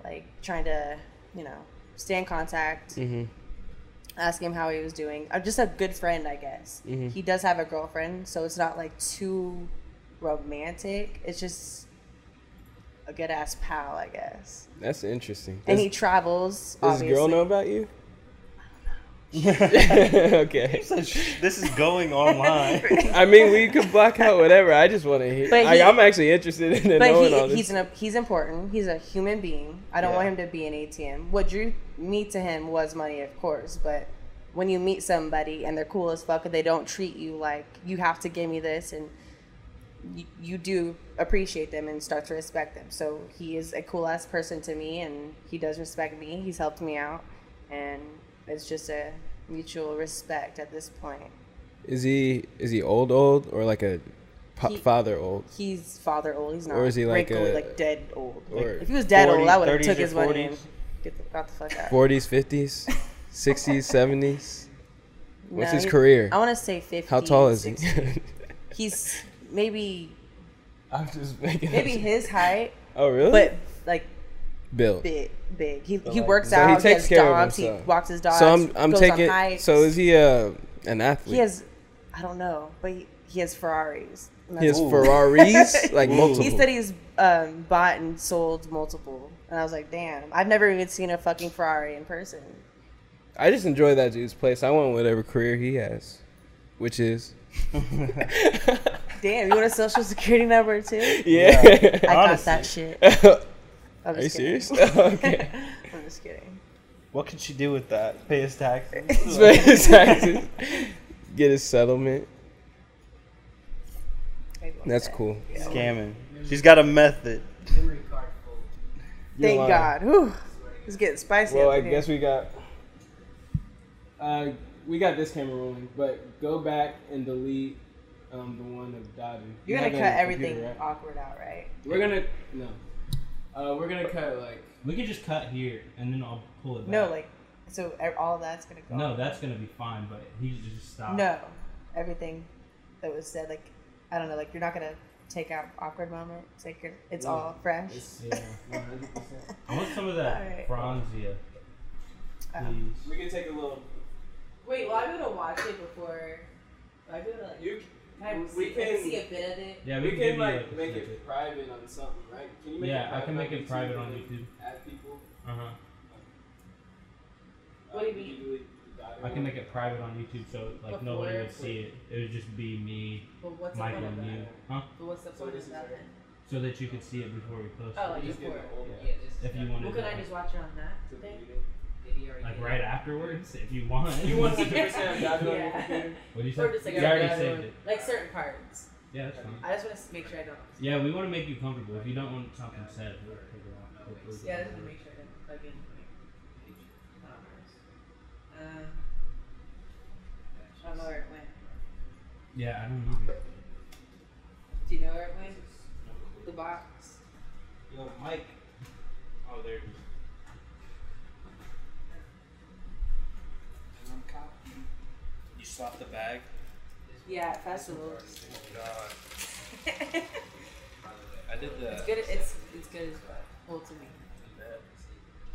S2: like trying to, you know, stay in contact,
S4: Mm-hmm.
S2: ask him how he was doing. I'm just a good friend, I guess.
S4: Mm-hmm.
S2: He does have a girlfriend, so it's not like too romantic. It's just a good ass pal, I guess.
S4: That's interesting.
S2: And
S4: Does-
S2: he travels.
S4: Does this
S2: obviously.
S4: girl know about you? okay.
S1: this is going online.
S4: I mean, we could block out whatever. I just want to hear.
S2: But
S4: I,
S2: he-
S4: I'm actually interested in
S2: But
S4: knowing all
S2: he,
S4: this.
S2: he's an, he's important. He's a human being. I don't want
S4: Yeah.
S2: him to be an ATM. What drew me to him was money, of course. But when you meet somebody and they're cool as fuck and they don't treat you like you have to give me this, and you, you do appreciate them and start to respect them. So he is a cool ass person to me, and he does respect me. He's helped me out, and it's just a mutual respect at this point.
S4: is he is he old old or like a pa-
S2: He-
S4: father old?
S2: He's father old. He's not.
S4: Or is he like
S2: wrinkled,
S4: a-
S2: like dead old? Like,
S4: or
S2: if he was dead
S1: 40,
S2: old, I would have
S1: 30s
S2: took
S1: or
S2: his money
S1: 40s?
S2: and get the, got the fuck out.
S4: 40s, 50s, 60s, 70s. What's
S2: No,
S4: his
S2: he-
S4: career?
S2: I want to say fifty.
S4: How tall is
S2: 60.
S4: he?
S2: He's maybe
S4: I'm just making.
S2: maybe
S4: up-
S2: his height,
S4: Oh really?
S2: but like
S4: Bill.
S2: big, big. He he
S1: like-
S2: works
S1: So
S4: he
S2: out.
S4: takes
S2: has
S4: care of
S2: dogs. He
S4: himself.
S2: walks his dogs.
S4: So I'm I'm
S2: goes On
S4: taking.
S2: hikes.
S4: So is he uh, an athlete?
S2: He has. I don't know, but he, he has Ferraris. And
S4: He has
S2: that's-
S1: Ooh.
S4: Ferraris, like multiple.
S2: He said he's um, bought and sold multiple, and I was like, "Damn, I've never even seen a fucking Ferrari in person."
S4: I just enjoy that dude's place. I want whatever career he has, which is.
S2: Damn, you want a social security number too?
S4: Yeah.
S2: I got
S1: Honestly.
S2: that shit. I'm
S4: Are you
S2: just kidding.
S4: serious? okay.
S2: I'm just kidding.
S1: what could she do with that? Pay his taxes.
S4: Pay his taxes. Get his settlement.
S2: Maybe one
S4: That's
S2: day.
S4: cool.
S1: Scamming. She's got a method.
S5: Memory card full.
S2: Thank God. Whew. It's getting spicy.
S4: Well,
S2: up
S4: I
S2: in here.
S4: guess we got. Uh, we got this camera rolling, but go back and delete um, the one of Dadu.
S2: you're
S4: You
S2: gonna
S4: have
S2: cut
S4: it on your
S2: everything
S4: computer, right?
S2: awkward out, right?
S4: We're gonna no. Uh, we're gonna cut like
S6: We could just cut here and then I'll pull it back.
S2: No, like so e- all that's gonna go.
S6: No, that's gonna be fine, but he should just stop.
S2: No, everything. that was said. Like, I don't know, like you're not gonna take out awkward moments. like you're, it's all fresh.
S6: Yeah, 100%. I want some of that
S2: Alright.
S6: Franzia,
S2: Uh,
S6: please.
S4: We can take a little.
S5: Wait, well, I'm gonna watch it before. I'll be able to, like,
S4: uh, You,
S5: can I
S4: we
S5: see, can I
S4: can-
S5: see a bit of it?
S6: Yeah,
S4: we
S6: give
S4: can
S6: you,
S4: like
S6: a
S4: make it
S6: snippet.
S4: private on something, right? Can you make
S6: Yeah,
S4: it Uh-huh.
S6: I can make
S4: on
S6: it private on
S4: and
S6: YouTube.
S4: Add people. Uh,
S6: Uh huh.
S5: What do you
S4: could
S5: mean?
S4: the diary
S6: I can make it private on YouTube so like
S5: Before
S6: nobody
S5: it-
S6: would see it. It would just be me,
S5: But what's the
S6: Mike,
S5: point of
S6: and
S5: that?
S6: you, huh?
S5: But what's the
S4: So
S5: point
S4: this is
S5: of that
S4: very-
S5: then?
S6: So that you could see it before we post
S5: Oh,
S6: it.
S5: like
S4: just
S5: before.
S4: get the old
S5: Yeah, just.
S6: If you
S5: Well,
S6: wanted,
S5: could I
S6: to-
S5: just watch it on
S4: to
S5: that
S4: the
S5: thing?
S4: meeting.
S5: Did he already
S6: like
S5: get
S6: right
S5: it?
S6: afterwards, if you want.
S4: You want 100%
S5: Yeah.
S4: of that on your computer?
S6: What do you say?
S5: Or just like
S6: you
S5: a
S6: already
S5: random-
S6: saved it.
S5: Like certain parts.
S6: Yeah, that's fine.
S5: I just want to make sure I don't.
S6: Yeah, we want to make you comfortable. If you don't want something said, we'll figure it out. We'll- we'll
S5: Yeah, I
S6: get
S5: just
S6: it.
S5: want to make sure I don't plug in. like, I don't know. Um, I don't know where it went.
S6: Yeah, I don't know.
S5: Do you know where it went? The box.
S6: Yo, Mike. Oh, there. it is.
S1: You slap the bag.
S5: Yeah, at festivals.
S1: Oh God!
S5: it's
S1: Oh I did the.
S5: good. It's it's good as well. Well, to me.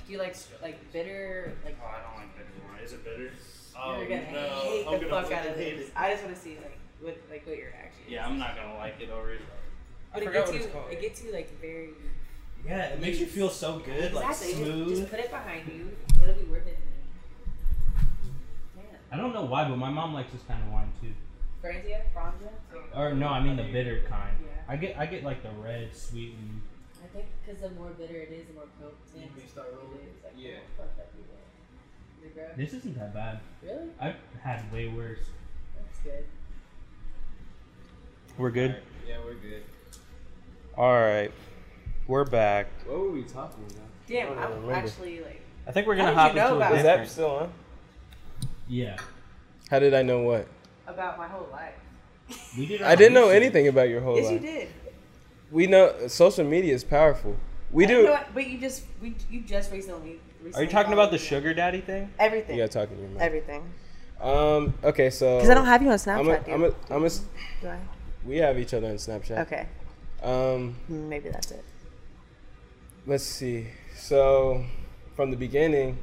S5: Do you like like bitter like?
S1: Oh, I don't like bitter wine. Is it bitter? Oh,
S5: you're gonna hate the fuck out of this. I just want to see like what like what your reaction. is.
S1: Yeah, I'm not gonna like it already.
S5: But it
S1: forgot
S5: gets
S1: what
S5: you.
S1: it's called.
S5: It gets you like very.
S1: Yeah, it makes you feel so good, like
S5: exactly. Just- Just
S1: smooth.
S5: put it behind you. It'll be worth it. Man,
S6: I don't know why, but my mom likes this kind of wine too.
S5: Franzia, Franzia.
S6: Or no, I mean the bitter kind.
S5: Yeah.
S6: I get I get like the red, sweet, and
S5: I think because the more bitter it is, the more potent
S4: You start rolling.
S5: it is. Like, oh,
S4: Yeah.
S5: The more fucked up you get. The growth.
S6: this isn't that bad.
S5: Really?
S6: I've had way worse.
S5: That's good.
S1: We're good.
S4: Yeah, we're good.
S1: All right, we're back.
S4: What were we talking about?
S5: Damn,
S4: don't
S5: I'm
S4: remember.
S5: actually like.
S1: I think we're
S2: How
S1: gonna
S2: did
S1: hop
S2: you know
S1: into
S2: about
S1: a
S2: it?
S4: Is
S1: different.
S4: that still on?
S6: Yeah,
S4: How did I know what?
S5: about my whole life.
S6: we did.
S4: I didn't know anything about your whole
S2: Yes, you
S4: life.
S2: did.
S4: We know social media is powerful. We
S2: I didn't know
S4: do.
S2: it, but you just
S5: We, you just recently.
S1: Are
S5: recently
S1: you talking about the
S5: followed me.
S1: sugar daddy thing?
S2: everything,
S4: You gotta talk to your mic.
S2: everything.
S4: Um. Okay. So.
S2: Because I don't have you on
S4: I'm a,
S2: Snapchat.
S4: I'm a,
S2: dude.
S4: I'm a, s-
S2: Do I?
S4: we have each other on Snapchat.
S2: Okay,
S4: Um.
S2: Mm, maybe that's it.
S4: Let's see. So, from the beginning,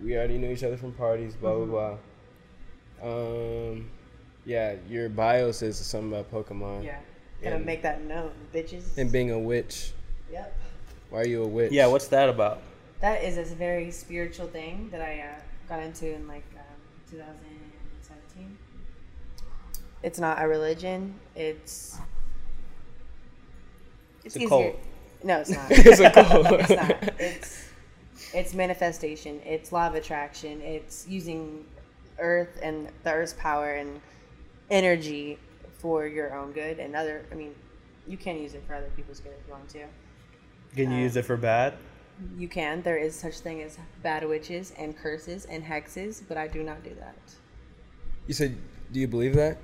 S4: we already knew each other from parties. Blah blah
S2: Mm-hmm.
S4: blah. Um. Yeah, your bio says something about Pokemon
S5: Yeah.
S2: Gonna
S4: And-
S2: make that known, bitches.
S4: and being a witch.
S2: yep.
S4: Why are you a witch?
S1: Yeah, what's that about?
S2: That is a very spiritual thing that I uh, got into in like um, 2017. It's not a religion. It's it's,
S1: a
S2: easier.
S1: cult.
S2: No, it's not.
S4: it's a cult.
S2: it's not. It's it's manifestation. It's law of attraction. It's using earth and the earth's power and energy for your own good and other. I mean, you can use it for other people's good if you want to.
S1: Can
S2: Uh,
S1: you use it for bad?
S2: You can. There is such thing as bad witches and curses and hexes, but I do not do that.
S4: You said, do you believe that?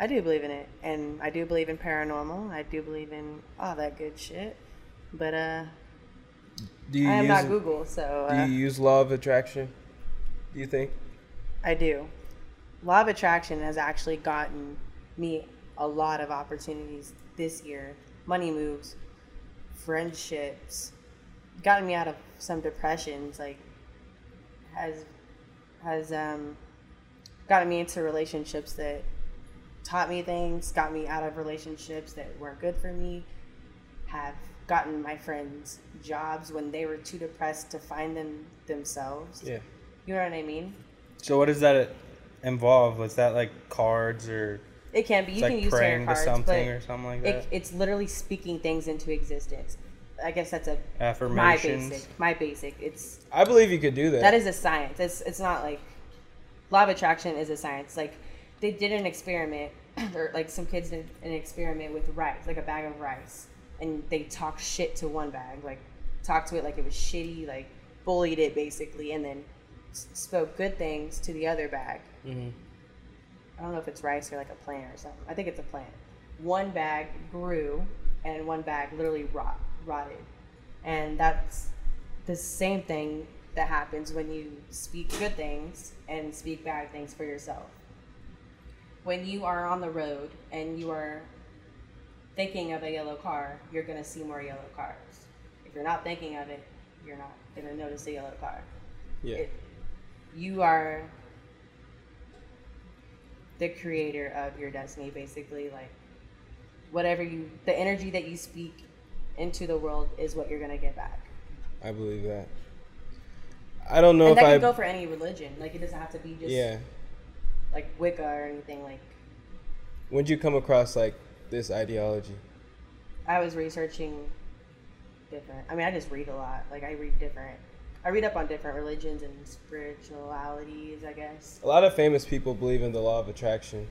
S2: I do believe in it, and I do believe in paranormal. I do believe in all that good shit. But uh,
S4: Do you
S2: I am
S4: use
S2: not Google, so
S4: Do
S2: uh,
S4: you use law of attraction? Do you think?
S2: I do. Law of attraction has actually gotten me a lot of opportunities this year. Money moves, friendships, gotten me out of some depressions. Like has has um gotten me into relationships that taught me things, got me out of relationships that weren't good for me. Have gotten my friends jobs when they were too depressed to find them themselves.
S4: Yeah.
S2: You know what I mean?
S1: So what does that involve? Was that like cards or
S2: It can be. You
S1: it's like
S2: can use tarot
S1: praying
S2: cards,
S1: to something
S2: but
S1: or something like that?
S2: it, it's literally speaking things into existence. I guess that's a my
S1: Affirmations.
S2: basic. My basic. It's
S4: I believe you could do that.
S2: that is a science. It's it's not like law of attraction is a science. Like they did an experiment, or like some kids did an experiment with rice, like a bag of rice, and they talked shit to one bag, like talked to it like it was shitty, like bullied it basically, and then s- spoke good things to the other bag. I don't know if it's rice or like a plant or something. I think it's a plant. One bag grew, and one bag literally rot rotted, and that's the same thing that happens when you speak good things and speak bad things for yourself. when you are on the road and you are thinking of a yellow car, you're going to see more yellow cars. If you're not thinking of it, you're not going to notice a yellow car.
S4: Yeah.
S2: It, you are the creator of your destiny, basically. Like, whatever you, the energy that you speak into the world is what you're going to get back.
S4: I believe that. I don't know
S2: And that
S4: if I.
S2: can go for any religion. Like, it doesn't have to be just
S4: yeah.
S2: like Wicca or anything. Like,
S4: When'd you come across like this ideology?
S2: I was researching different. I mean, I just read a lot. Like I read different. I read up on different religions and spiritualities. I guess.
S4: A lot of famous people believe in the law of attraction,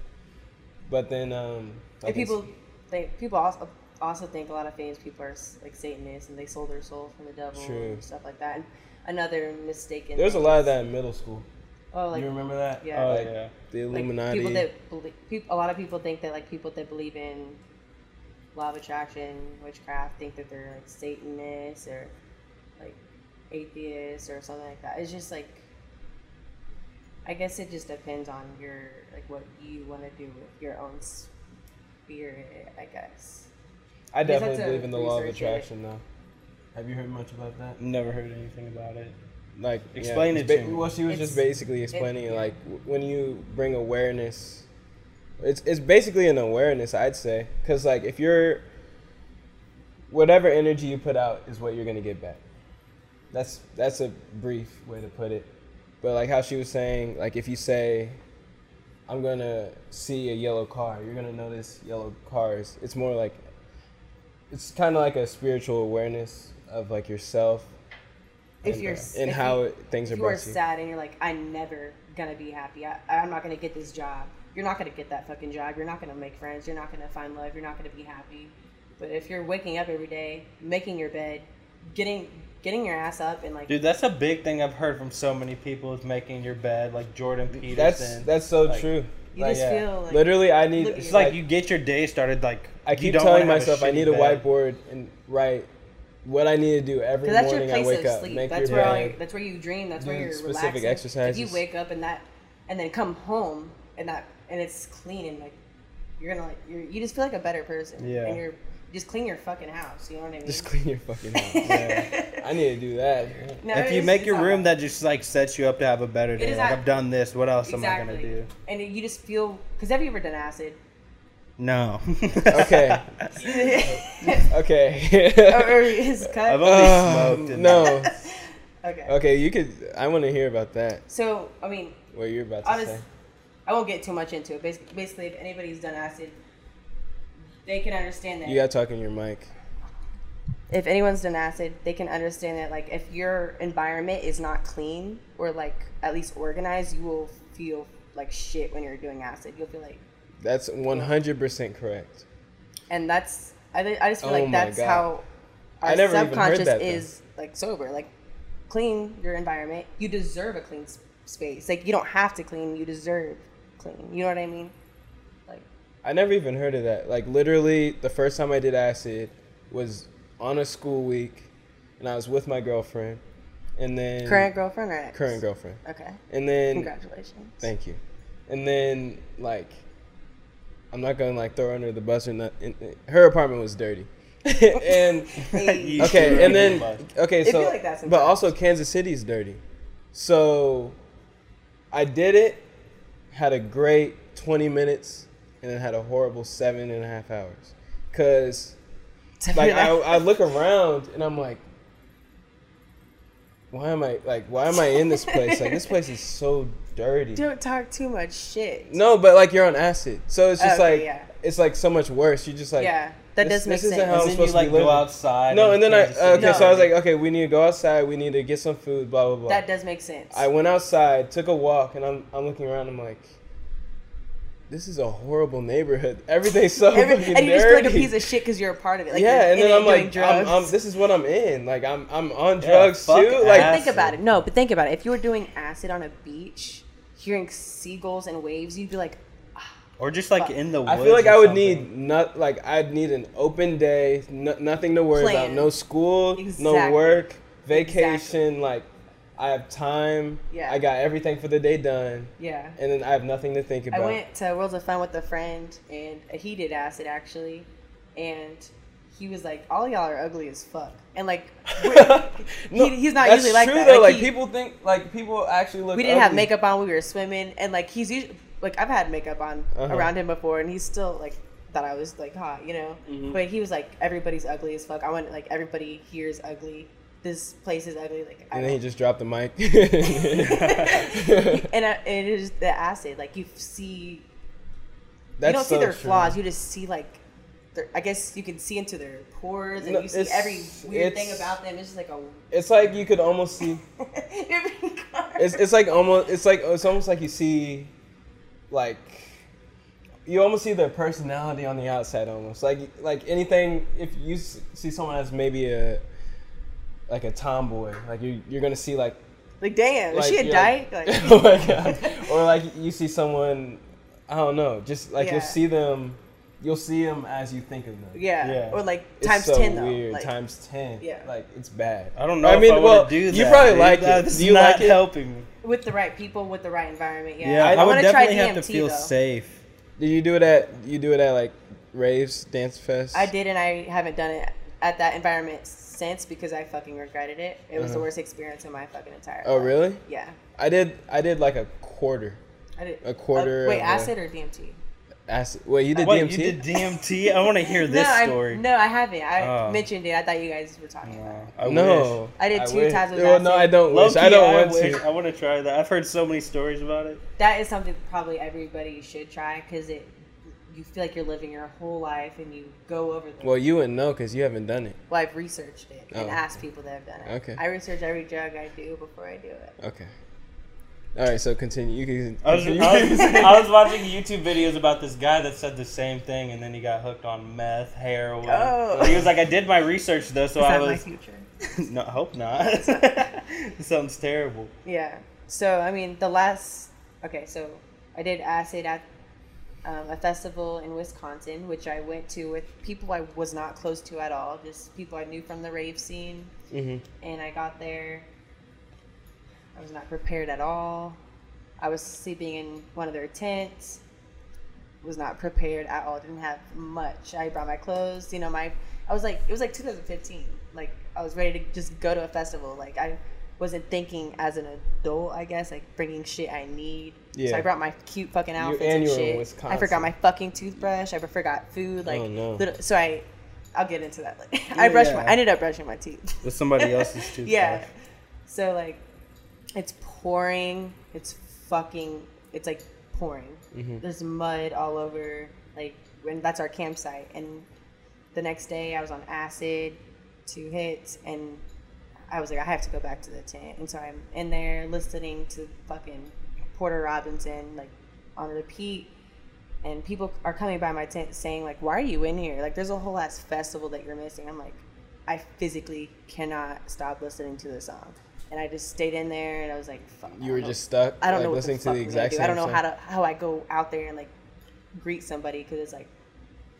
S4: but then um. I
S2: and
S4: guess-
S2: people think people also also think a lot of famous people are like Satanists and they sold their soul for the devil
S4: True.
S2: and stuff like that. And another mistaken.
S4: There's a
S2: thing
S4: lot of
S2: is-
S4: that in middle school.
S2: Oh, like
S4: you remember that?
S2: yeah.
S1: Oh
S4: Like,
S1: yeah.
S4: The
S2: like,
S4: Illuminati.
S2: people that believe, people, a lot of people think that like people that believe in law of attraction, witchcraft, think that they're like Satanists or like atheists or something like that. It's just like I guess it just depends on your like what you want to do with your own spirit. I guess
S4: I
S2: guess
S4: definitely
S2: that's a
S4: believe in the law of
S2: research area.
S4: attraction, though. Have you heard much about that?
S1: Never heard anything about it.
S4: Like,
S1: Explain
S4: it's
S1: it to me.
S4: Well, she was just
S2: It's-
S4: basically explaining,
S2: yeah.
S4: like, w- when you bring awareness, it's it's basically an awareness, I'd say, because like if you're whatever energy you put out is what you're gonna get back. That's that's a brief way to put it, but like how she was saying, like if you say, I'm gonna see a yellow car, you're gonna notice yellow cars. It's more like it's kind of like a spiritual awareness of like yourself
S2: if
S4: and,
S2: you're
S4: uh,
S2: s-
S4: and
S2: if
S4: how
S2: you-
S4: it, things are
S2: if you are
S4: blessed.
S2: sad and you're like, I'm never gonna be happy. I, I'm not gonna get this job. You're not gonna get that fucking job. You're not gonna make friends. You're not gonna find love. You're not gonna be happy. But if you're waking up every day, making your bed, getting getting your ass up and like
S1: Dude, that's a big thing I've heard from so many people is making your bed, like Jordan Peterson.
S4: That's that's so
S1: Like,
S4: true.
S2: you
S4: Like,
S2: just
S1: yeah.
S2: feel like
S4: literally, I need.
S2: look at
S1: It's
S4: It's
S2: you.
S4: like
S1: like you get your day started like
S4: I
S1: you
S4: keep
S1: don't wanna
S4: telling
S1: have
S4: myself I
S1: shitty
S4: need a
S1: bed.
S4: whiteboard and write what I need to do every
S2: 'cause that's your
S4: morning.
S2: place
S4: I wake
S2: of
S4: up,
S2: sleep.
S4: make
S2: that's
S4: your
S2: where all
S4: bed.
S2: your, that's where you dream. That's
S4: do
S2: where you're
S4: specific
S2: relaxing.
S4: exercises.
S2: If you wake up and that and then come home and that and it's clean and like you're gonna like you're, you just feel like a better person.
S1: Yeah.
S2: And you're you just clean your fucking house. You know what I mean?
S4: Just clean your fucking house. Yeah. I need to do that.
S2: No,
S1: if you
S2: it's-
S1: make
S2: it's
S1: your
S2: not
S1: room,
S2: bad.
S1: that just like sets you up to have a better day.
S2: is
S1: Like
S2: not-
S1: I've done this. What else am I
S2: exactly.
S1: gonna do?
S2: And you just feel because have you ever done acid?
S1: No.
S4: Okay. Okay.
S2: or, or is cut?
S1: I've only
S4: Uh,
S1: smoked. and-
S4: no.
S2: okay.
S4: Okay, you could. I want to hear about that.
S2: So I mean,
S4: What you're about to
S2: I'll just
S4: say.
S2: I won't get too much into it. Basically, basically, if anybody's done acid, they can understand that.
S4: You got to talk in your mic.
S2: if anyone's done acid, they can understand that like if your environment is not clean or like at least organized, you will feel like shit when you're doing acid. You'll feel like,
S4: That's 100% correct.
S2: and that's I, thi- I just feel
S4: Oh
S2: like
S4: my
S2: that's
S4: God.
S2: how our
S4: I never even heard
S2: subconscious
S4: that, though.
S2: is like sober. Like clean your environment. You deserve a clean s- space. Like you don't have to clean. You deserve clean. You know what I mean? Like
S4: I never even heard of that. Like literally, the first time I did acid was on a school week, and I was with my girlfriend, and then
S2: current girlfriend or ex?
S4: current girlfriend,
S2: Okay.
S4: and then
S2: Congratulations.
S4: thank you, and then like, I'm not gonna like throw her under the bus or nothing. Her apartment was dirty, and
S2: Hey.
S1: You threw it
S4: okay,
S1: in
S4: and
S1: the
S4: then
S1: mud.
S4: okay,
S2: It'd
S4: so
S2: be like that
S4: but
S2: sometimes.
S4: also Kansas City's dirty, so I did it, had a great twenty minutes, and then had a horrible seven and a half hours, cause like I, I look around and I'm like, why am I like why am I in this place? Like this place is so dirty.
S2: Don't talk too much shit.
S4: No, but like you're on acid, so it's just
S2: Okay,
S4: like
S2: yeah.
S4: it's like so much worse. You just like
S2: yeah, that
S4: this-
S2: does make
S4: this isn't
S2: sense.
S4: how I'm
S1: And then
S4: supposed
S1: you
S4: to be
S1: like go
S4: living.
S1: outside.
S4: No, and then I
S1: Kansas City.
S4: okay,
S2: No.
S4: so I was like, okay, we need to go outside. We need to get some food. Blah blah blah.
S2: that does make sense.
S4: I went outside, took a walk, and I'm I'm looking around. I'm like, this is a horrible neighborhood. Everything's so
S2: Every-
S4: fucking
S2: and you just feel
S4: dirty.
S2: like a piece of shit because you're a part of it. Like,
S4: yeah,
S2: you're
S4: and
S2: in
S4: then
S2: it
S4: I'm
S2: doing
S4: like, I'm,
S2: drugs.
S4: I'm, this is what I'm in. Like I'm I'm on drugs
S1: fuck
S4: too. Like
S1: ass.
S2: think about it. No, but think about it. If you were doing acid on a beach, hearing seagulls and waves, you'd be like,
S1: Or just like in the woods.
S4: I feel like
S1: or
S4: I would
S1: something.
S4: need not like I'd need an open day, no, nothing to worry about,
S2: Plan.
S4: no school, no
S2: Exactly.
S4: work, vacation. Like I have time.
S2: Yeah.
S4: I got everything for the day done,
S2: Yeah.
S4: and then I have nothing to think
S2: I
S4: about.
S2: went to Worlds of Fun with a friend, and he did acid actually, and he was like, "All y'all are ugly as fuck," and like,
S4: No,
S2: he- he's not
S4: that's
S2: usually like
S4: true,
S2: that.
S4: Though.
S2: Like,
S4: Like,
S2: he-
S4: people think, like people actually look.
S2: we didn't have
S4: ugly.
S2: makeup on. We were swimming, and like he's usually like I've had makeup on
S4: Uh-huh.
S2: around him before, and he's still like thought I was like hot, you know.
S4: Mm-hmm.
S2: But he was like, "Everybody's ugly as fuck." I went like, "Everybody here is ugly. This place is ugly." Like, I
S4: And then
S2: don't-
S4: he just dropped the mic.
S2: and I, it is the acid. Like you see,
S4: That's
S2: you don't see
S4: so
S2: their
S4: true.
S2: flaws. You just see like, their, I guess you can see into their pores, and
S4: No,
S2: you see
S4: it's-
S2: every weird thing
S4: it's-
S2: about them. It's just like a.
S4: It's like you could almost see. It's it's like almost it's like it's almost like you see, like, you almost see their personality on the outside almost like like anything if you s- see someone as maybe a, like a tomboy like you you're gonna see like
S2: like damn,
S4: like,
S2: is she a
S4: you're
S2: dyke?
S4: like-
S2: Like,
S4: oh my god! Or like you see someone, I don't know, just like
S2: Yeah.
S4: you'll see them, you'll see them as you think of them.
S2: yeah.
S1: Yeah.
S2: or like
S4: It's
S2: times
S4: so
S2: ten though.
S4: Weird.
S2: Like,
S4: times ten.
S2: Yeah.
S4: like it's bad.
S1: I don't know.
S4: I mean,
S1: if I
S4: well,
S1: well, do that,
S4: you probably
S1: dude.
S4: like it.
S1: That's
S4: Do you
S1: not
S4: like it?
S1: helping me.
S2: with the right people, with the right environment. Yeah,
S1: Yeah, I,
S2: I,
S1: would
S2: want to try
S1: definitely
S2: DMT
S1: have to feel
S2: though.
S1: safe.
S4: Do you do it at you do it at like raves, dance fest?
S2: I did, and I haven't done it at that environment since because I fucking regretted it. It was the
S4: Uh-huh.
S2: worst experience of my fucking entire.
S4: Oh
S2: life.
S4: really?
S2: Yeah,
S4: I did. I did like a quarter.
S2: I did. Oh,
S4: A quarter
S2: wait,
S4: of a-
S2: acid or DMT?
S4: Acid. Wait, you did
S1: Wait,
S4: DMT?
S1: you did DMT? I want to hear this
S2: no, I-
S1: story.
S2: no, I haven't. I
S1: Oh.
S2: mentioned it. I thought you guys were talking about. it.
S1: No, I
S4: no,
S1: wish.
S2: I did two
S4: wish.
S2: times with
S4: Well, no,
S2: acid.
S4: I don't
S1: Low
S4: wish. I don't want
S1: wish.
S4: to.
S1: I want to try that. I've heard so many stories about it.
S2: That is something probably everybody should try because it you feel like you're living your whole life and you go over the
S4: Well, you wouldn't know because you haven't done it.
S2: well, I've researched it and
S4: Oh.
S2: asked people that have done it.
S4: Okay.
S2: I research every drug I do before I do it.
S4: Okay. All right, so continue. You can.
S1: I was, I,
S4: continue.
S1: was, I was watching YouTube videos about this guy that said the same thing, and then he got hooked on meth, heroin.
S2: Oh.
S1: He was like, I did my research though, so
S2: Is
S1: I
S2: that my
S1: was.
S2: future?
S1: no, I hope not. Sounds terrible.
S2: Yeah. So I mean, the last okay, so I did acid at um, a festival in Wisconsin, which I went to with people I was not close to at all, just people I knew from the rave scene.
S4: Mhm.
S2: And I got there. I was not prepared at all. I was sleeping in one of their tents. Was not prepared at all. Didn't have much. I brought my clothes. You know, my I was like it was like 2015. Like I was ready to just go to a festival. Like I wasn't thinking as an adult. I guess like bringing shit I need. So
S4: Yeah.
S2: I brought my cute fucking outfits
S4: and
S2: and,
S4: you were in
S2: shit. I forgot
S4: Wisconsin.
S2: my fucking toothbrush. I forgot food. Like
S4: Oh, no.
S2: little, so I. I'll get into that later. I brushed my,
S1: yeah.
S2: I ended up brushing my teeth.
S1: With somebody else's toothbrush.
S2: Yeah. So like, it's pouring. It's fucking. It's like pouring.
S4: Mm-hmm.
S2: There's mud all over. Like, and that's our campsite. And the next day, I was on acid, two hits, and I was like, I have to go back to the tent. And so I'm in there listening to fucking Porter Robinson like on repeat. And people are coming by my tent saying like, "Why are you in here? Like, there's a whole ass festival that you're missing." I'm like, I physically cannot stop listening to the song. And I just stayed in there, and I was like, Fuck, I
S4: you were
S2: don't-
S4: just stuck.
S2: I don't
S4: like,
S2: know what
S4: listening
S2: the fuck
S4: to the
S2: I'm gonna
S4: exact
S2: do.
S4: same.
S2: I don't know
S4: song.
S2: how to how I go out there and like greet somebody because it's like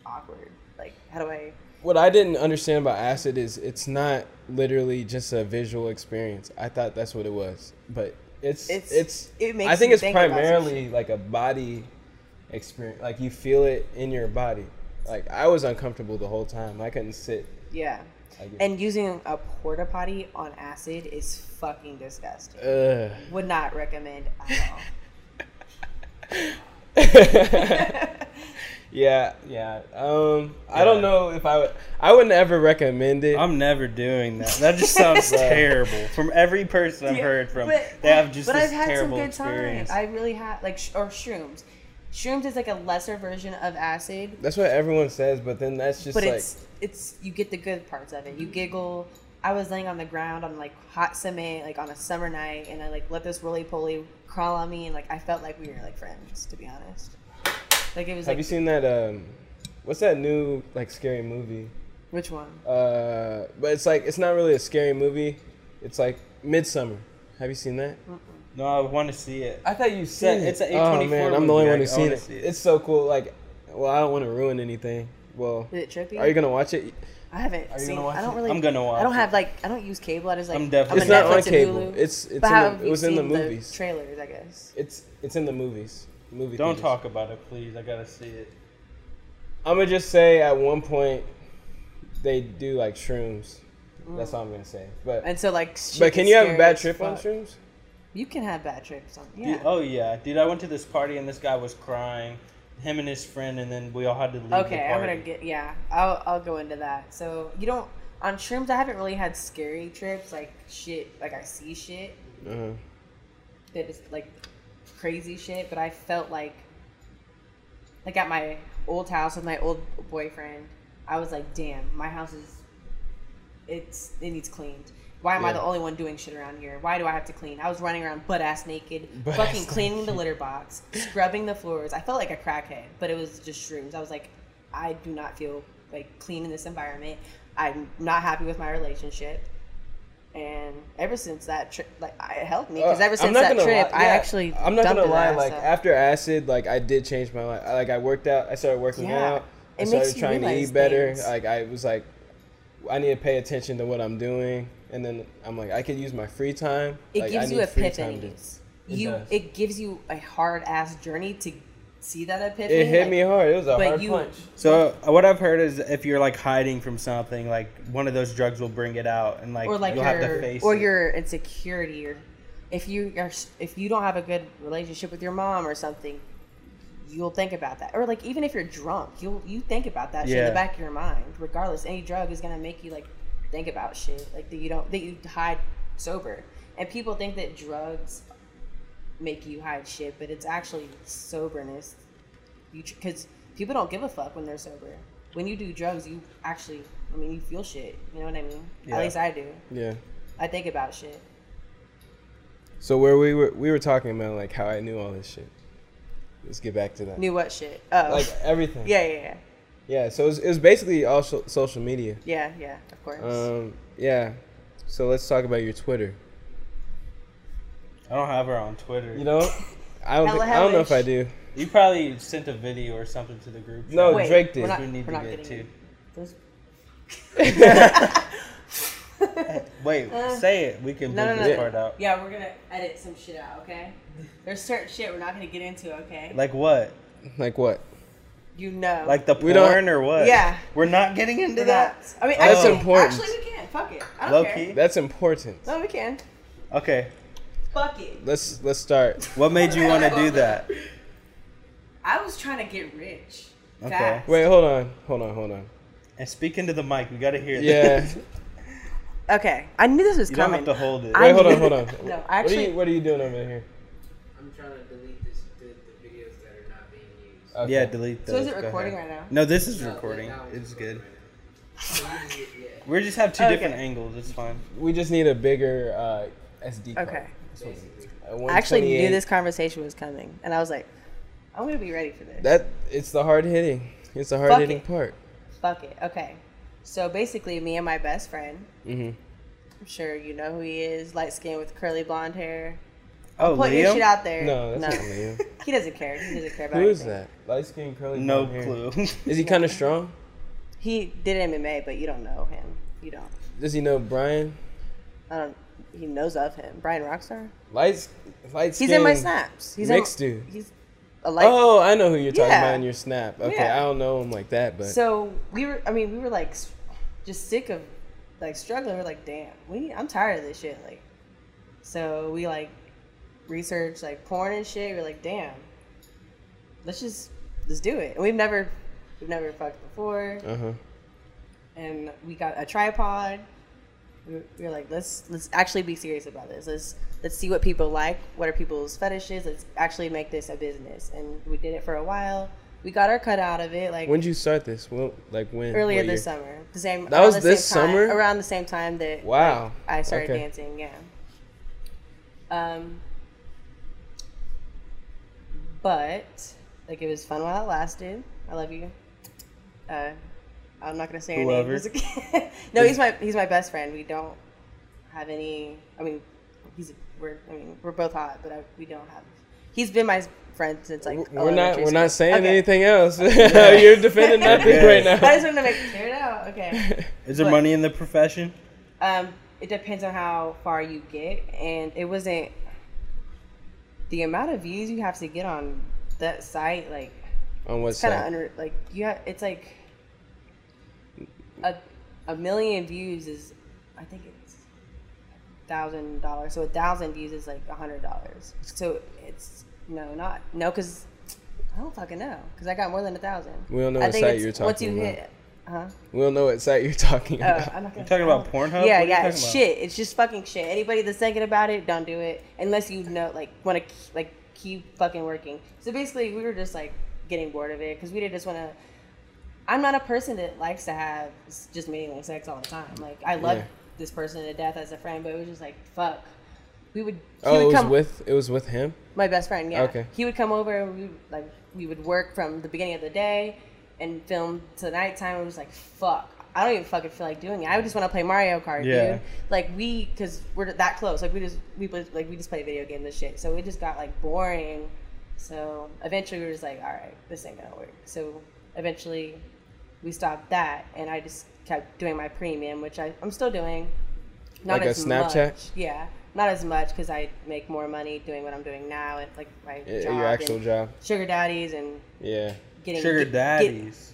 S2: awkward. Like, how do I?
S4: What I didn't understand about acid is it's not literally just a visual experience. I thought that's what it was, but it's
S2: It's-
S4: it's,
S2: it makes
S4: I think
S2: you
S4: it's
S2: think about some
S4: primarily like a body experience. Like you feel it in your body. Like I was uncomfortable the whole time. I couldn't sit.
S2: Yeah.
S4: I get-
S2: And using a porta potty on acid is fucking disgusting.
S4: Ugh.
S2: Would not recommend at all.
S4: yeah, yeah. Um, I don't know if I would. I would never recommend it.
S1: I'm never doing that. That just sounds terrible. From every person I've
S2: Yeah,
S1: heard from,
S2: but-
S1: they have just
S2: but
S1: this
S2: I've had
S1: terrible
S2: some good
S1: experience.
S2: Time. I really have like sh- or shrooms. Shrooms is like a lesser version of acid,
S4: that's what everyone says, but then that's just
S2: but
S4: like
S2: it's it's you get the good parts of it. You giggle. I was laying on the ground on like hot cement, like on a summer night, and I like let this roly poly crawl on me, and like I felt like we were like friends, to be honest. Like it was
S4: Have
S2: like
S4: you seen that? Um, what's that new like scary movie?
S2: which one?
S4: Uh, but it's like it's not really a scary movie. It's like Midsummer. Have you seen that?
S1: no, I want to see it.
S4: I thought you
S1: seen it.
S4: Oh man, I'm
S1: movie.
S4: the only
S1: I-
S4: one
S1: I
S4: who's seen
S1: wanna
S4: it.
S1: see it.
S4: It's so cool. Like, well, I don't want to ruin anything, Well,
S2: Is it trippy?
S4: are you gonna watch it?
S2: I haven't
S4: are you
S2: seen.
S4: gonna watch
S2: I don't
S4: it?
S2: really.
S1: I'm gonna watch
S2: I don't
S1: it.
S2: have like. I don't use cable. I just like.
S1: I'm definitely-
S2: a
S4: It's not on
S2: Netflix and
S4: cable.
S2: Hulu.
S4: It's it's in
S2: But how have
S4: the, it
S2: you
S4: was in the
S2: seen
S4: movies.
S2: trailers, I guess.
S4: it's it's in the movies. Movie.
S1: Don't
S4: theaters.
S1: talk about it, please. I gotta see it.
S4: I'm gonna just say at one point they do like shrooms. That's all I'm gonna say. But
S2: Mm. And so like. shit
S4: but can
S2: is
S4: you have a
S2: scary
S4: bad
S2: as
S4: trip on
S2: fuck.
S4: shrooms?
S2: You can have bad trips on. Yeah.
S1: Dude, oh yeah, dude. I went to this party and this guy was crying. Him and his friend, and then we all had to leave. the
S2: Okay, I'm
S1: party.
S2: gonna get yeah. I'll I'll go into that. So you don't on shrooms. I haven't really had scary trips like shit. Like I see shit
S4: Uh-huh.
S2: that is like crazy shit. But I felt like like at my old house with my old boyfriend. I was like, damn, my house is it's it needs cleaned. Why am I
S4: Yeah.
S2: the only one doing shit around here? Why do I have to clean? I was running around butt ass naked,
S4: Butt-ass
S2: fucking cleaning the litter box, scrubbing the floors. I felt like a crackhead, but it was just shrooms. I was like, I do not feel like clean in this environment. I'm not happy with my relationship. And ever since that trip, like I- it helped me because
S4: Uh,
S2: ever
S4: I'm
S2: since
S4: not
S2: that
S4: gonna
S2: trip,
S4: lie-
S2: I
S4: yeah,
S2: actually
S4: I'm not
S2: dumped
S4: gonna
S2: his
S4: lie.
S2: ass,
S4: Like
S2: so-
S4: after acid, like I did change my life. I- Like I worked out. I started working
S2: Yeah.
S4: out. I
S2: It makes
S4: started
S2: you
S4: trying to
S2: realize
S4: eat better.
S2: things.
S4: Like I was like, I need to pay attention to what I'm doing. And then I'm like, I could use my free time.
S2: it
S4: Like, I
S2: gives you
S4: need free time to-
S2: epiphanies. You
S4: does.
S2: it gives you a hard ass journey to see that epiphany.
S4: It hit
S2: like,
S4: me hard. It was a
S2: but
S4: hard
S2: you-
S4: punch.
S1: So uh, what I've heard is if you're like hiding from something, like one of those drugs will bring it out, and like,
S2: or like
S1: you'll
S2: your
S1: have to face
S2: or
S1: it.
S2: your insecurity or if you are if you don't have a good relationship with your mom or something you'll think about that or like even if you're drunk you'll you think about that shit in
S1: Yeah.
S2: the back of your mind regardless any drug is going to make you like think about shit like that you don't that you hide sober and people think that drugs make you hide shit but it's actually soberness you because people don't give a fuck when they're sober when you do drugs you actually i mean you feel shit you know what i mean
S1: Yeah.
S2: at least i do
S4: Yeah.
S2: I think about shit.
S4: So where we were, we were talking about like how I knew all this shit. Let's get back to that.
S2: Knew what shit? Oh,
S4: Like everything.
S2: yeah, yeah, yeah,
S4: Yeah. So it was, it was basically all so- social media.
S2: yeah, yeah. Of course.
S1: Uh,
S4: Um. Yeah. So let's talk about your Twitter.
S1: I don't have her on Twitter.
S4: You know, I don't.
S2: Hella
S4: Think, I don't know
S2: hellish.
S4: if I do.
S1: you probably sent a video or something to the group.
S4: No,
S1: chat.
S4: Wait. Drake did.
S2: We're not,
S1: we need
S2: we're
S1: to
S2: not
S1: get to.
S2: getting those-
S1: Wait, say it. We can
S2: Uh, No, no,
S1: bleep
S2: no.
S1: this
S2: no.
S1: part out.
S2: Yeah, we're gonna edit some shit out. Okay. There's certain shit we're not gonna get into. Okay.
S1: Like what?
S4: Like what?
S2: You know.
S1: Like the
S4: We
S1: porn
S4: don't-
S1: or what?
S2: Yeah.
S1: We're not getting into
S2: We're
S1: that. Oh,
S2: not- I mean,
S4: That's
S2: actually,
S4: important.
S2: Actually, we can. Fuck it. I don't
S1: Low
S2: care.
S1: key.
S4: That's important.
S2: No, we can.
S1: Okay.
S2: Fuck it.
S4: Let's let's start.
S1: What made you want to do that?
S2: I was trying to get rich.
S1: Okay.
S2: Fast.
S4: Wait, hold on, hold on, hold on.
S1: And speak into the mic. We gotta hear.
S4: Yeah.
S1: This.
S2: Okay. I knew this was
S1: You don't have
S2: coming.
S1: to hold it.
S2: I-
S4: Wait, hold on, hold on.
S2: No,
S4: What are
S2: actually-
S4: you, what are you doing over here?
S5: I'm trying to delete this, the, the videos that are not being used.
S4: Okay.
S1: Yeah, delete
S2: So
S1: those.
S2: is it
S1: Go
S2: recording
S1: ahead.
S2: right now?
S1: No, this is
S5: No,
S1: recording.
S5: that one's
S1: It's
S5: recording
S1: good.
S5: right now. So you can get- yeah.
S1: We just have two
S2: Okay.
S1: different angles. It's fine.
S4: We just need a bigger uh, SD card.
S2: Okay.
S4: A
S2: I actually knew
S4: 128.
S2: this conversation was coming, and I was like, I'm gonna be ready for this.
S4: That it's the hard hitting. It's the hard hitting
S2: it.
S4: part.
S2: Fuck it. Okay. So basically, me and my best friend.
S1: Mm-hmm.
S4: Mhm.
S2: I'm sure you know who he is. Light skin with curly blonde hair.
S1: Oh,
S2: Put your
S1: Liam.
S2: shit out there.
S4: No, that's not Liam.
S2: he doesn't care. He doesn't care about
S4: Who is
S2: anything.
S4: that? Light skin, curly.
S1: No
S4: blonde hair.
S1: clue.
S4: Is he kind of strong?
S2: He did MMA, but you don't know him. You don't.
S4: Does he know Brian?
S2: I don't. He knows of him. Brian Rockstar.
S4: Light, light skin.
S2: He's in my snaps. He's
S4: mixed
S2: in,
S4: dude.
S2: He's a light.
S4: Oh, I know who you're talking
S2: Yeah.
S4: about in your snap. Okay,
S2: Yeah.
S4: I don't know him like that, but
S2: So we were. I mean, we were like, s- just sick of, like struggling. We're like, damn, we. I'm tired of this shit. Like, so we like, researched like porn and shit. We're like, damn, let's just let's do it. And we've never, we've never fucked before.
S4: uh huh.
S2: And we got a tripod. We were- we were like, let's let's actually be serious about this. Let's let's see what people like. What are people's fetishes? Let's actually make this a business. And we did it for a while. We got our cut out of it. Like
S4: When did you start this? Well, like when?
S2: earlier
S4: What
S2: this
S4: year?
S2: summer. The same.
S4: That
S2: around
S4: was
S2: the
S4: this
S2: same time-
S4: summer?
S2: Around the same time that
S4: Wow.
S2: I started
S4: Okay.
S2: dancing. Yeah. Um. But like it was fun while it lasted. I love you. Uh, I'm not gonna say your
S1: Whoever.
S2: name. It's okay. no, he's my he's my best friend. We don't have any. I mean, he's we're I mean we're both hot, but I, we don't have he's been my friend since like
S4: We're not.
S2: elementary
S4: We're not
S2: school.
S4: saying
S2: Okay.
S4: anything else. You're defending nothing right
S1: Yeah.
S2: I
S4: now.
S2: just wanted to make clear it out. Okay.
S1: Is there
S2: But-
S1: money in the profession?
S2: Um, it depends on how far you get, and it wasn't the amount of views you have to get on that site. Like,
S4: On what
S2: it's kind of
S4: side?
S2: under like you have. It's like a a million views is, I think it's thousand dollars. So a thousand views is like a hundred dollars. So it's no, not no, because I don't fucking know, because I got more than a thousand.
S4: We don't know
S2: I
S4: what
S2: think
S4: site
S2: it's
S4: you're
S2: once you
S4: talking about.
S2: hit. Huh?
S4: we don't know what site you're talking
S2: Oh,
S4: about.
S2: I'm not gonna
S1: You talking about Pornhub? What
S2: yeah,
S1: are you
S2: yeah,
S1: talking
S2: it's
S1: about?
S2: shit. It's just fucking shit. Anybody that's thinking about it, don't do it unless you know, like, want to like keep fucking working. So basically, we were just like getting bored of it because we didn't just want to. I'm not a person that likes to have s- just meaningless sex all the time. Like, I love
S4: Yeah.
S2: this person to death as a friend, but it was just like fuck. We would. He
S4: oh, it
S2: would
S4: was
S2: come,
S4: with. It was with him.
S2: my best friend. Yeah.
S4: Okay.
S2: He would come over and we would, like we would work from the beginning of the day and film to nighttime. It was like fuck. I don't even fucking feel like doing it. I would just want to play Mario Kart,
S1: Yeah.
S2: dude. Like we, cause we're that close. Like we just we play, like we just play video games and shit. So it just got like boring. So eventually we were just like, all right, this ain't gonna work. So eventually we stopped that, and I just kept doing my premium, which I, I'm still doing.
S4: Like a Snapchat?
S2: much. Yeah, not as much because I make more money doing what I'm doing now at like my
S4: Y-
S2: job
S4: Your actual
S2: and
S4: job.
S2: sugar daddies and
S4: Yeah.
S2: getting
S1: Sugar
S2: get- get-
S1: daddies.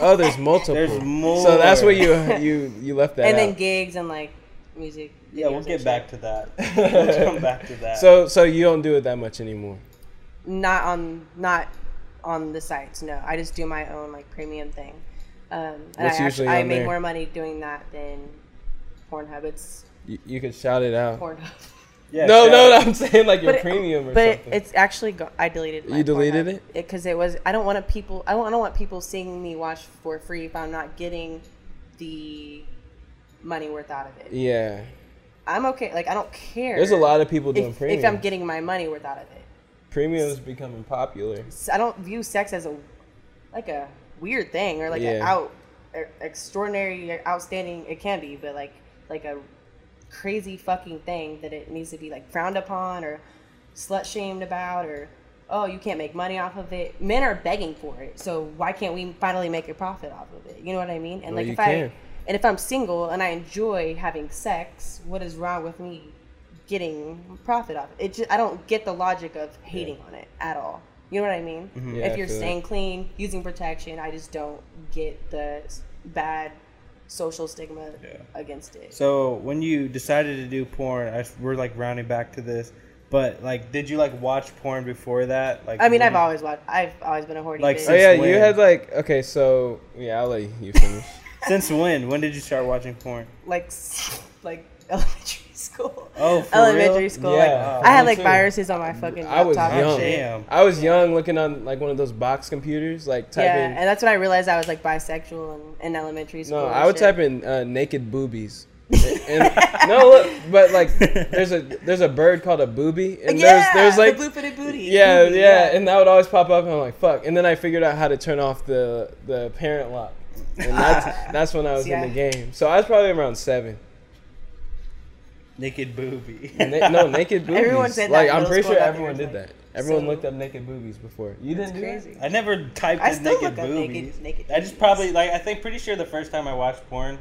S4: Oh, there's multiple.
S1: There's more.
S4: So that's where you you you left that
S2: and then
S4: out.
S2: gigs and like music.
S1: Yeah,
S2: videos
S1: we'll
S2: and
S1: get
S2: shit.
S1: back to that. We'll come back to that.
S4: so so you don't do it that much anymore.
S2: Not on not on the sites. No, I just do my own like premium thing. Um, and
S4: What's
S2: I
S4: usually
S2: actually, I
S4: on
S2: make
S4: there?
S2: more money doing that than Pornhub. It's
S4: You, you could shout it out.
S2: Pornhub.
S1: yeah,
S4: no,
S1: shout
S4: no,
S1: out.
S4: no, I'm saying like your
S2: But it-
S4: premium or
S2: but it-
S4: something.
S2: it's actually go- I deleted.
S4: You deleted it?
S2: because it was I don't want to people I don't, I don't want people seeing me watch for free if I'm not getting the money worth out of it.
S4: yeah.
S2: I'm okay. Like I don't care.
S4: There's a lot of people doing
S2: if,
S4: premium.
S2: if I'm getting my money worth out of it.
S4: Premium's becoming popular.
S2: So I don't view sex as a like a weird thing or like an
S4: Yeah.
S2: out er, extraordinary, e, outstanding. It can be, but like like a crazy fucking thing that it needs to be like frowned upon or slut shamed about or oh you can't make money off of it. Men are begging for it, so why can't we finally make a profit off of it? You know what I mean? And
S4: Well,
S2: like
S4: you
S2: if
S4: can.
S2: I and if I'm single and I enjoy having sex, what is wrong with me getting profit off it? it just, I don't get the logic of hating on it at all. You know what I mean?
S4: Mm-hmm. Yeah, I
S2: if you're
S4: feel that.
S2: staying clean, using protection, I just don't get the s- bad social stigma against it.
S1: So when you decided to do porn, I, we're like rounding back to this, but like, did you like watch porn before that? Like,
S2: I mean,
S1: when
S2: I've
S1: you-
S2: always watched. I've always been a horny.
S1: Like,
S2: bitch.
S1: since
S4: Oh yeah,
S1: when?
S4: you had like okay, so yeah, I'll let you finish.
S1: Since when? When did you start watching porn?
S2: like s- like elementary school.
S1: Oh, for
S2: elementary
S1: real?
S2: school.
S4: Yeah,
S2: Like, I had
S4: me
S2: like
S4: too.
S2: viruses on my fucking
S4: I was
S2: laptop and
S4: young.
S2: shit.
S1: Damn.
S4: I was young, looking on like one of those box computers, like typing.
S2: Yeah, and that's when I realized I was like bisexual in, in elementary school.
S4: No,
S2: and
S4: I would
S2: shit.
S4: type in uh, naked boobies. and, no, look, but like there's a there's a bird called a booby, and
S2: yeah,
S4: there's there's like
S2: the blue footed booty.
S4: yeah,
S2: booty,
S4: yeah, and that would always pop up, and I'm like fuck, and then I figured out how to turn off the the parent lock, and that's that's when I was in the
S2: Yeah.
S4: game. So I was probably around seven.
S1: Naked booby.
S4: Na- no, naked boobies.
S2: Everyone said that
S4: like
S2: in
S4: I'm
S2: middle
S4: pretty
S2: school,
S4: sure
S2: that they
S4: everyone
S2: were
S4: did
S2: like-
S4: that. Everyone
S2: so-
S4: looked up naked boobies before. You didn't do that?
S2: Crazy.
S1: I never typed
S2: I
S1: in
S2: still
S1: naked
S2: look up
S1: boobies.
S2: naked- naked
S1: I just
S2: boobies.
S1: probably like I think pretty sure the first time I watched porn,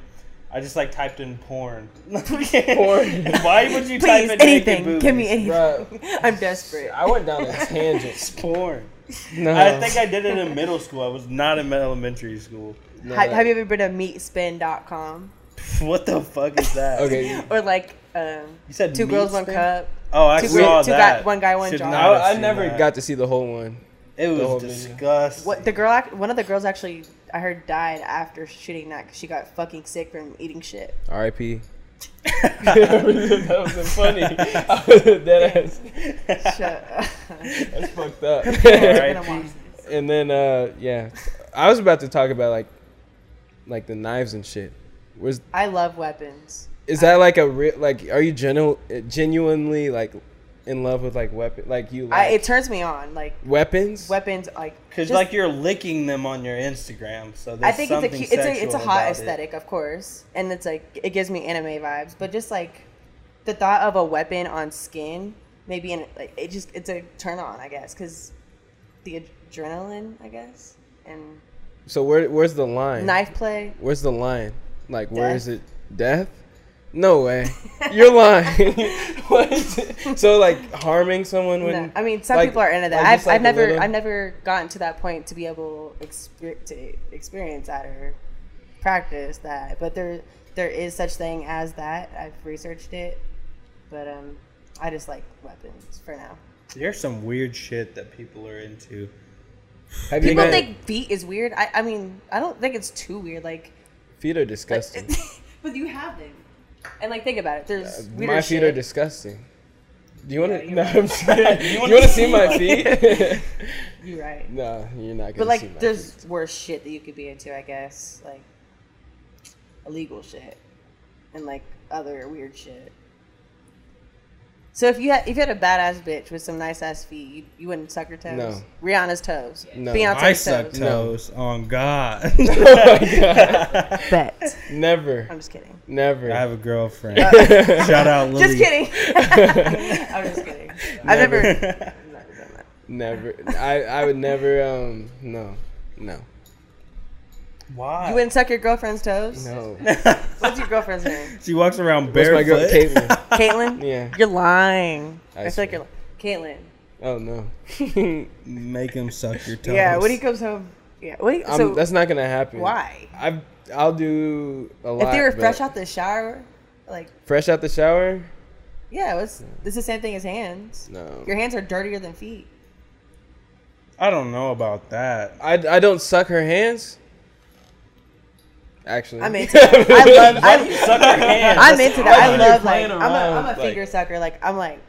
S1: I just like typed in porn.
S4: Porn.
S1: Why would you type
S2: Please,
S1: in
S2: anything.
S1: Naked
S2: Give me
S1: boobies?
S2: anything.
S4: Bruh.
S2: I'm desperate.
S4: I went down a tangent.
S1: Porn.
S4: No,
S1: I think I did it in middle school. I was not in elementary school.
S4: no.
S2: Ha- have you ever been to meatspin.com
S1: What the fuck is that?
S4: Okay,
S2: or like um,
S1: You said
S2: two
S1: meat
S2: girls one
S1: spin?
S2: cup?
S1: Oh, I
S2: Two
S1: saw
S2: girls- two
S1: that.
S2: guy- one guy, one
S1: Should
S2: jar.
S1: not have
S4: I, I
S1: seen
S4: never
S1: that.
S4: got to see the whole one.
S1: It
S4: whole
S1: was
S4: video.
S1: disgusting.
S2: What the girl? act- One of the girls actually, I heard, died after shooting that 'cause she got fucking sick from eating shit.
S4: R.I.P. that wasn't funny. I was dead ass.
S2: Shut up.
S4: That's fucked up.
S2: I'm
S1: Alright.
S2: gonna watch this.
S4: And then, uh, yeah, I was about to talk about like, like the knives and shit. Was
S2: I love weapons.
S4: is that like a real like? Are you genu- genuinely like in love with like weapon? Like you like
S2: I, it turns me on. Like
S4: weapons?
S2: weapons, like
S1: Because
S2: just-
S1: like you're licking them on your Instagram, so there's
S2: I think it's a
S1: something
S2: cute, it's a it's a
S1: sexual
S2: hot
S1: about it.
S2: aesthetic, of course, and it's like it gives me anime vibes. But just like the thought of a weapon on skin maybe in like it just it's a turn on, I guess, because the adrenaline, I guess, and
S4: So where where's the line?
S2: knife play.
S4: Where's the line? Like where
S2: Death.
S4: is it? Death? No way. You're lying. what is it? So like harming someone when
S2: No, I mean, some
S4: like-
S2: people are into that.
S4: like,
S2: I've,
S4: just like
S2: I've
S4: a
S2: never,
S4: little-
S2: I've never gotten to that point to be able exper- to experience that or practice that. But there, there is such thing as that. I've researched it, but um, I just like weapons for now.
S1: There's some weird shit that people are into.
S4: Have you
S2: People
S4: met,
S2: think beat is weird. I, I mean, I don't think it's too weird. Like,
S4: feet are disgusting.
S2: but you have them, and like think about it. There's weirder
S4: Uh, my feet are
S2: shit.
S4: disgusting. Do you want to?
S2: you're
S4: no, I'm sorry. you
S1: wanna
S4: want to
S1: see
S4: see my feet?
S2: You're right.
S4: no, you're not
S2: But
S4: gonna see my
S2: like,
S4: feet.
S2: there's worse shit that you could be into, I guess. Like illegal shit, and like other weird shit. So if you had if you had a badass bitch with some nice ass feet, you, you wouldn't suck her toes.
S4: No.
S2: Rihanna's toes.
S4: No.
S2: Beyonce's
S1: I suck
S2: toes.
S1: toes on God.
S4: Oh my God.
S2: Bet.
S4: Never,
S2: I'm just kidding.
S4: never.
S1: I have a girlfriend. Shout out Lily.
S2: Just kidding. I'm just kidding. I've never, I've never done that.
S4: Never. I, I would never. Um. No. No.
S1: Why?
S2: You wouldn't suck your girlfriend's toes.
S4: No.
S2: What's your girlfriend's name?
S1: she walks around
S4: That's
S1: barefoot.
S4: my girl Caitlin.
S2: Caitlin.
S4: Yeah.
S2: You're lying. I,
S4: I
S2: feel like
S4: swear.
S2: you're. Li- Caitlin.
S4: Oh no. I'm,
S1: Make him suck your toes.
S2: Yeah, when he comes home. Yeah, when he, so
S4: that's not gonna happen.
S2: Why?
S4: I I'll do a lot.
S2: if they were
S4: but-
S2: fresh out the shower, like
S4: fresh out the shower.
S2: yeah, it's it's the same thing as hands.
S4: No.
S2: Your hands are dirtier than feet.
S1: I don't know about that.
S4: I, I don't suck her hands. Actually,
S2: I'm into that. I love. I,
S1: Suck her hand.
S2: I'm into that. I
S4: I'm
S2: love like
S4: playing
S2: I'm a, I'm a
S4: around,
S2: figure
S4: like-
S2: sucker. Like I'm like,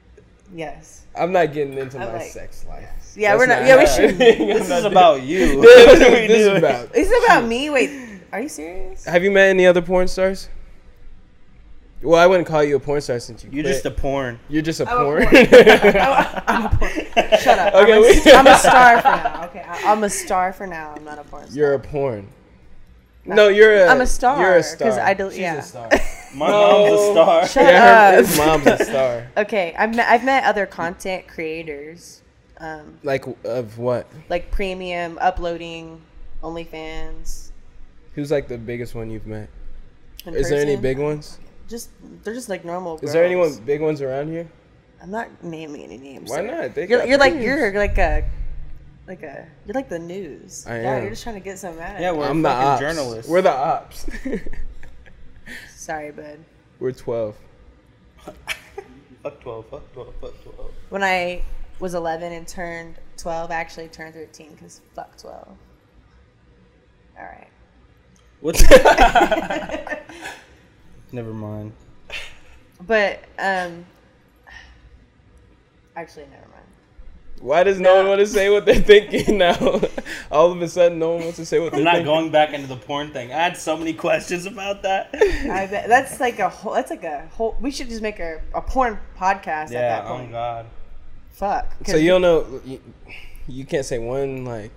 S2: yes,
S4: I'm not getting into
S2: I'm
S4: my
S2: like-
S4: sex life.
S2: yeah. we're not.
S4: That's
S2: Yeah, we
S4: happening.
S2: should.
S1: This is about you.
S4: this,
S1: What are we
S4: this is
S1: doing?
S4: about.
S2: Is it about me? Wait, are you serious?
S4: Have you met any other porn stars? Well, I wouldn't call you a porn star since you.
S1: You're
S4: quit.
S1: just a porn.
S4: You're just a
S2: I'm a
S4: porn.
S2: Shut up.
S4: Okay,
S2: I'm, a,
S4: we-
S2: I'm a star for now. Okay, I, I'm a star for now. I'm not a porn. Star.
S4: you're a porn. No, you're a.
S2: I'm a star,
S4: You're a
S2: 'cause
S4: star.
S2: I del-
S4: She's
S2: yeah.
S4: a star.
S1: My
S4: No.
S1: mom's a star.
S2: Shut
S4: yeah, her,
S2: up.
S4: his mom's a star.
S2: Okay, I've met, I've met other content creators, um,
S4: Like of what?
S2: like premium uploading, OnlyFans.
S4: Who's like the biggest one you've met?
S2: in
S4: Is there any
S2: person.
S4: big ones?
S2: Just they're just like normal.
S4: Is there anyone
S2: girls.
S4: big ones around here?
S2: I'm not naming any names.
S4: Why
S2: sir.
S4: not? They
S2: You're,
S4: got
S2: you're like
S4: names.
S2: you're like a, like a you're like the news.
S4: I
S2: yeah,
S4: am.
S2: you're just trying to get some
S1: Yeah,
S2: out. Yeah,
S1: we're
S4: I'm the
S1: fucking
S4: ops.
S1: journalists.
S4: We're the ops.
S2: sorry, bud.
S4: We're twelve.
S1: fuck twelve. Fuck twelve. Fuck twelve.
S2: When I was 11 and turned 12, I actually turned 13 because fuck 12. All right.
S1: What's? Never mind.
S2: But um, actually, never mind.
S4: Why does no one want to say what they're thinking now? All of a sudden, no one wants to say what they're
S1: I'm not
S4: thinking.
S1: going back into the porn thing. I had so many questions about that.
S2: I bet that's like a whole. That's like a whole. We should just make a, a porn podcast at
S1: yeah.
S2: that
S1: Oh
S2: point.
S1: God.
S2: Fuck. 'cause
S4: So you don't know. You, you can't say one like.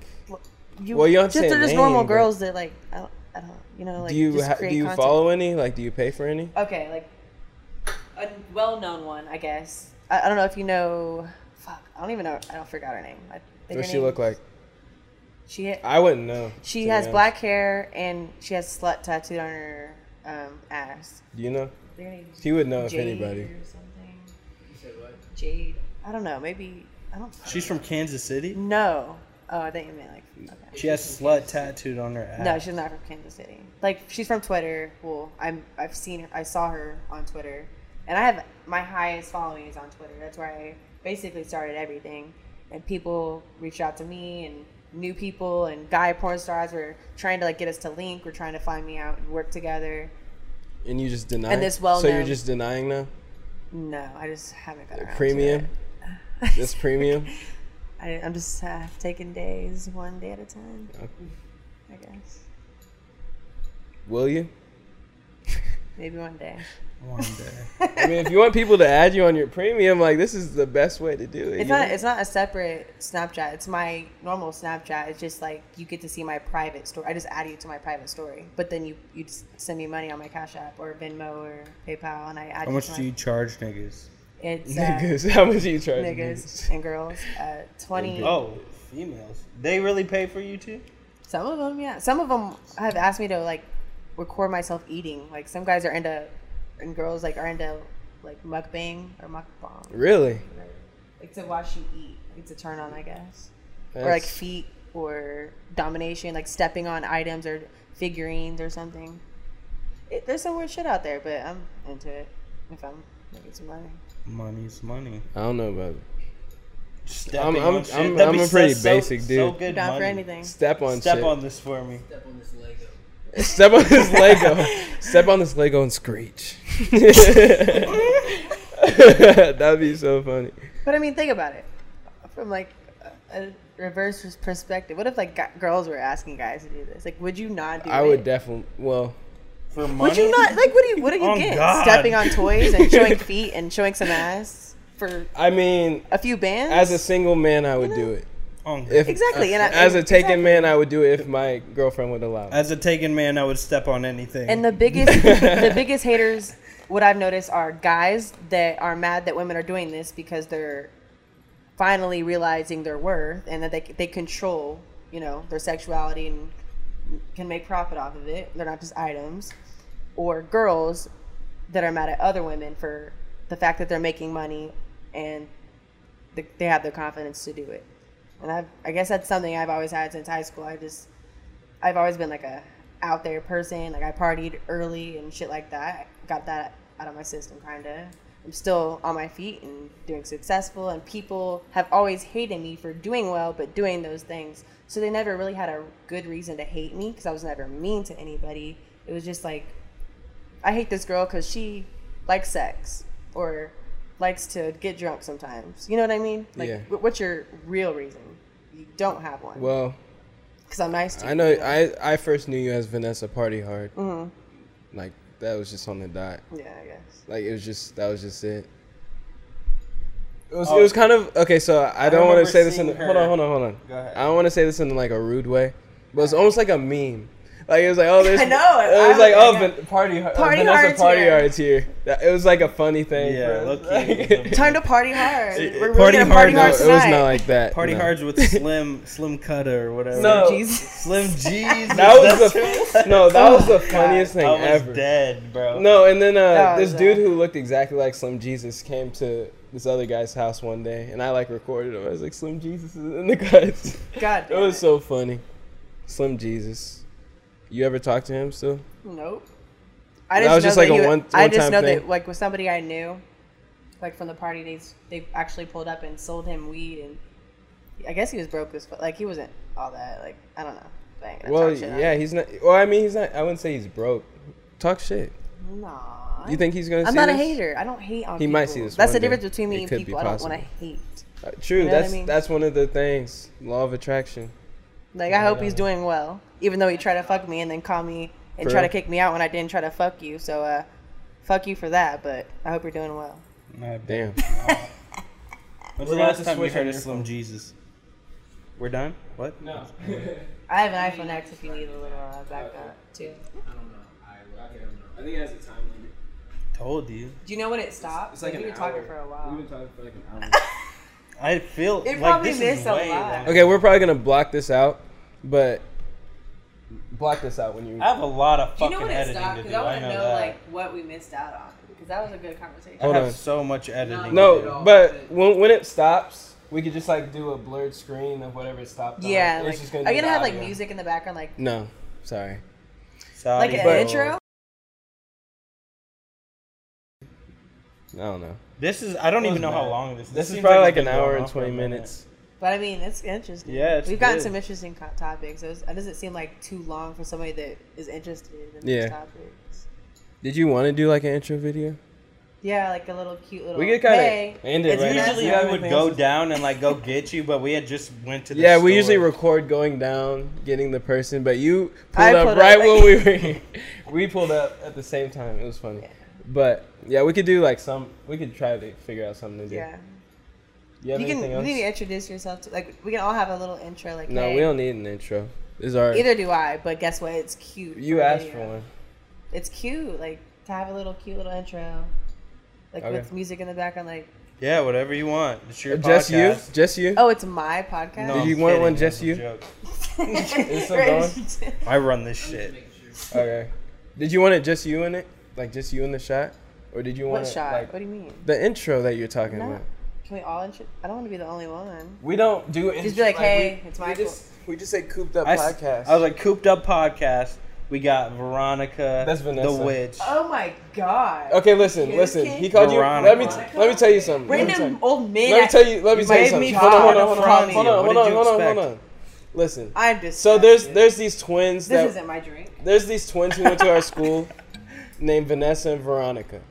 S2: you-
S4: well, you don't have to
S2: just
S4: say
S2: they're
S4: a
S2: just
S4: name,
S2: normal
S4: but-
S2: girls that like I don't, I don't you know like
S4: do you
S2: just
S4: ha- do
S2: create
S4: you
S2: content.
S4: follow any? Like, do you pay for any?
S2: Okay, like a well-known one, I guess. I, I don't know if you know. Fuck, I don't even know. I don't forgot her name. I think
S4: What
S2: her
S4: she
S2: name-
S4: look like? Ah,
S2: She
S4: I wouldn't know.
S2: she
S4: to be
S2: has
S4: honest.
S2: black hair and she has slut tattooed on her um, ass.
S4: Do you know?
S2: I think her name's
S4: He would know if
S2: Jade
S4: anybody.
S2: or something. Jade. I don't know. Maybe I don't.
S1: She's from Kansas City.
S2: No. Oh, I think you meant like. Okay.
S1: She has slut tattooed on her ass.
S2: No, she's not from Kansas City. Like she's from Twitter. Well, I'm I've seen her. I saw her on Twitter, and I have my highest following is on Twitter. That's where I basically started everything, and people reached out to me and new people and guy porn stars were trying to like get us to link. Were trying to find me out and work together.
S4: And you just deny.
S2: And this well-known-
S4: So you're just denying now.
S2: No, I just haven't got around To
S4: Premium.
S2: it.
S4: That's premium.
S2: I, I'm just uh, taking days one day at a time.
S4: Okay.
S2: I guess
S4: Will you?
S2: maybe one day.
S1: One day.
S4: I mean, if you want people to add you on your premium, like this is the best way to do it.
S2: It's
S4: you
S2: not.
S4: know?
S2: It's not a separate Snapchat. It's my normal Snapchat. It's just like you get to see my private story. I just add you to my private story, but then you you just send me money on my Cash App or Venmo or PayPal, and I add.
S1: How much
S2: to my,
S1: do you charge niggas?
S2: It's uh,
S4: Niggas, how much you charge?
S2: niggas and girls. Uh, Twenty.
S1: Oh, females. They really pay for you too?
S2: Some of them, yeah. Some of them have asked me to like record myself eating. Like some guys are into, and girls like are into like mukbang or mukbang.
S4: Really?
S2: Like to watch you eat. It's a turn on, I guess.
S4: That's,
S2: Or like feet or domination, like stepping on items or figurines or something. It, there's some weird shit out there, but I'm into it. If I'm making some money.
S1: Money's money.
S4: I don't know about
S1: Stepping
S4: I'm-
S1: on shit.
S4: I'm-
S1: That'd
S4: I'm
S1: be
S4: a pretty
S1: so-
S4: basic
S1: so
S4: dude.
S1: good
S2: Down for
S1: money.
S2: anything.
S4: step on
S1: Step
S4: shit.
S1: on this for me.
S5: Step on this Lego.
S4: step on this Lego, step on this Lego and screech. That'd be so funny.
S2: But I mean, think about it from like a a reverse pers- perspective. What if like gu girls were asking guys to do this? Like, would you not do
S4: I
S2: it?
S4: would definitely. Well,
S1: For money?
S2: Would you not like? What do you? What do you
S1: Oh,
S2: get?
S1: God.
S2: Stepping on toys and showing feet and showing some ass for
S4: I mean,
S2: a few bands.
S4: as a single man, I would do it.
S1: Oh,
S4: If
S2: Exactly, and I-
S4: as a taken
S2: exactly.
S4: man, I would do it if my girlfriend would allow. it.
S1: As a taken man, I would step on anything.
S2: and the biggest, the biggest haters. What I've noticed are guys that are mad that women are doing this because they're finally realizing their worth and that they they control, you know, their sexuality and can make profit off of it. They're not just items. Or girls that are mad at other women for the fact that they're making money and th- they have the confidence to do it. And I I guess that's something I've always had since high school. I just I've always been like a out there person. Like I partied early and shit like that. Got that out of my system kind of. I'm still on my feet and doing successful and people have always hated me for doing well but doing those things. So they never really had a good reason to hate me cuz I was never mean to anybody. It was just like I hate this girl cuz she likes sex or likes to get drunk sometimes. You know what I mean? Like
S4: Yeah.
S2: wh- what's your real reason? You don't have one.
S4: Well,
S2: cuz I'm nice to you. Mm-hmm.
S4: I know. I I first knew you as Vanessa Party Hard. Like that was just on the dot.
S2: Yeah, I guess.
S4: Like it was just that was just it. It was,
S1: Oh.
S4: it was kind of okay. So I don't want
S1: remember
S4: to say this in.
S1: seeing
S4: Hold on,
S1: her.
S4: hold on, hold on.
S1: Go ahead.
S4: I don't want to say this in like a rude way, but it's almost like a meme. Like it was like oh there's
S2: I know,
S4: it
S2: I
S4: was like
S2: was
S4: oh
S2: like,
S4: Van- party Har-
S2: Party
S4: uh, Vanessa
S2: Hard's
S4: party
S2: here.
S4: arts here. That- it was like a funny thing.
S1: Yeah,
S4: for us.
S1: low-key,
S4: Like-
S1: it was a-
S2: Time to party hard. We're really
S1: party
S2: party gonna party
S4: no,
S2: hard
S4: it was
S2: tonight.
S4: not like that.
S1: Party
S4: no.
S1: hards with Slim, Slim Cutter or whatever.
S4: No.
S2: Jesus.
S1: Slim G's.
S4: That was the no. That was the funniest thing
S1: I was
S4: ever.
S1: dead, bro.
S4: No, and then uh,
S2: That
S4: this
S2: was,
S4: dude
S2: uh,
S4: who looked exactly like Slim Jesus came to this other guy's house one day, and I like recorded him. I was like, Slim Jesus is in the cuts.
S2: God
S4: it
S2: damn
S4: was
S2: it.
S4: so funny. Slim Jesus. You ever talk to him still?
S2: Nope. I
S4: That
S2: just
S4: was
S2: know
S4: just like
S2: that
S4: a
S2: you-
S4: one-
S2: I
S4: one-time
S2: just know
S4: thing.
S2: that like with somebody I knew, like from the party days, they actually pulled up and sold him weed, and I guess he was broke as fuck. Like he wasn't all that. Like I don't know. But I ain't gonna
S4: well,
S2: talk shit on
S4: yeah,
S2: him.
S4: he's not. Well, I mean, he's not. I wouldn't say he's broke. Talk shit.
S2: Nah.
S4: You think he's gonna?
S2: I'm
S4: see
S2: not a
S4: this?
S2: hater. I don't hate on.
S4: He
S2: people.
S4: might see this
S2: That's
S4: one
S2: the
S4: day.
S2: difference between me
S4: It
S2: and
S4: could be
S2: people. I don't want
S4: possible.
S2: to hate.
S4: Uh, true.
S2: what I
S4: that's
S2: mean?
S4: that's one of the things. Law of attraction.
S2: Like I hope he's doing well, even though he tried to fuck me and then call me and
S4: For
S2: try to
S4: real?
S2: kick me out when I didn't try to fuck you. So, uh, fuck you for that. But I hope you're doing well.
S1: Nah,
S4: Damn.
S1: When's
S4: We're
S1: the
S4: gonna
S1: last
S4: have to
S1: time you
S4: switch on
S1: heard of
S4: your
S1: Slim Jesus? We're done. What?
S6: No.
S2: I have an iPhone X if you need a little uh, backup too.
S5: I don't know. I, I don't know.
S4: I think it has a time limit.
S1: Told you.
S2: Do you know when it stops? We've been talking for a while.
S4: talking for like an hour.
S1: I feel
S2: It
S1: like
S2: probably
S1: this is
S2: missed a
S1: way
S2: lot.
S1: long.
S4: Okay, we're probably gonna block this out, but block this out when you.
S1: I have a lot of
S2: Do
S1: fucking
S2: you know when it
S1: editing
S2: stopped?
S1: to do.
S2: Because I
S1: I,
S2: want to
S1: know,
S2: know,
S1: that.
S2: like what we missed out on. Because that was a good conversation.
S1: I
S4: Hold
S1: have
S4: on.
S1: so much editing. to do.
S4: no, but when, when it stops, we could just like do a blurred screen of whatever it stopped. on.
S2: yeah,
S4: It's
S2: like
S4: just
S2: are you
S4: do
S2: gonna
S4: the
S2: have like
S4: audio.
S2: music in the background, like
S4: No, sorry.
S1: Sorry,
S2: like an
S1: bro.
S2: intro?
S4: I don't know.
S1: This is. I don't even know how
S4: bad.
S1: long this. is.
S4: This is
S1: seems
S4: probably
S1: it's
S4: like
S1: been
S4: an
S1: going
S4: hour
S1: on
S4: and
S1: for a
S4: twenty
S1: minute.
S4: minutes.
S2: But I mean, it's interesting.
S1: Yeah, it's
S2: we've gotten
S1: good.
S2: some interesting co- topics. It, was, it doesn't seem like too long for somebody that is interested in
S4: Yeah.
S2: these topics.
S4: Did you want to do like an intro video?
S2: Yeah, like a little cute little.
S4: We could kinda
S2: hey,
S4: end it
S2: it's
S4: right
S2: messy.
S1: Usually
S4: Yeah,
S1: I would
S4: everything
S1: go
S4: else is-
S1: down and like go get you, but we had just went to the
S4: Yeah, we usually
S1: store.
S4: record going down, getting the person, but you pulled
S2: I
S4: up
S2: pulled up.
S4: right when we were here. We pulled up at the same time. It was funny. But yeah, we could do like some. We could try to figure out something to do.
S2: Yeah,
S4: You, have
S2: you can.
S4: anything
S2: You
S4: else?
S2: need to introduce yourself to like. We can all have a little intro. Like
S4: No,
S2: hey.
S4: we don't need an intro. This is our.
S2: Either do I, but guess what? It's cute.
S4: you
S2: a
S4: asked
S2: video.
S4: for one.
S2: It's cute, like to have a little cute little intro. like
S4: Okay.
S2: with music in the background. Like,
S1: Yeah, whatever you want. It's your
S4: Uh, Just you?
S1: podcast.
S4: Just you?
S2: oh, it's my podcast.
S1: No,
S4: Did
S1: I'm
S4: you want one
S1: kidding.
S4: just
S1: That
S4: you?
S1: was a joke.
S4: still
S2: Right.
S1: I run this shit.
S5: Making sure.
S4: Okay. Did you want it just you in it? Like just you in the shot? Or did you want
S2: what
S4: it,
S2: shot?
S4: like
S2: what do you mean?
S4: the intro that you're talking
S2: No.
S4: about?
S2: Can we all? Intro- I don't want to be the only one.
S4: We don't do intro.
S2: Just be like, hey,
S4: we,
S2: it's
S4: we
S2: Michael.
S4: just we just say cooped up
S1: I, s-
S4: podcast.
S1: I was like, cooped up podcast. We got Veronica,
S4: That's Vanessa.
S1: the witch.
S2: Oh my god.
S4: Okay, listen,
S2: Kids
S4: listen.
S2: Kid?
S4: He called
S1: Veronica.
S4: you. Let me t- let me tell you something. Let me tell
S2: Random
S4: you,
S2: old men.
S4: let me tell you. Let me
S2: You
S4: tell you
S2: made me
S4: something. Hold on, hold on,
S2: hot
S4: hold on,
S1: in
S4: hold
S1: front
S4: on,
S1: of you.
S4: hold
S1: What
S4: on,
S1: did you
S4: hold on, hold
S1: expect?
S4: on. Listen.
S2: I'm just.
S4: So there's there's these twins
S2: This
S4: that
S2: isn't my drink.
S4: there's these twins who went to our school named Vanessa and Veronica.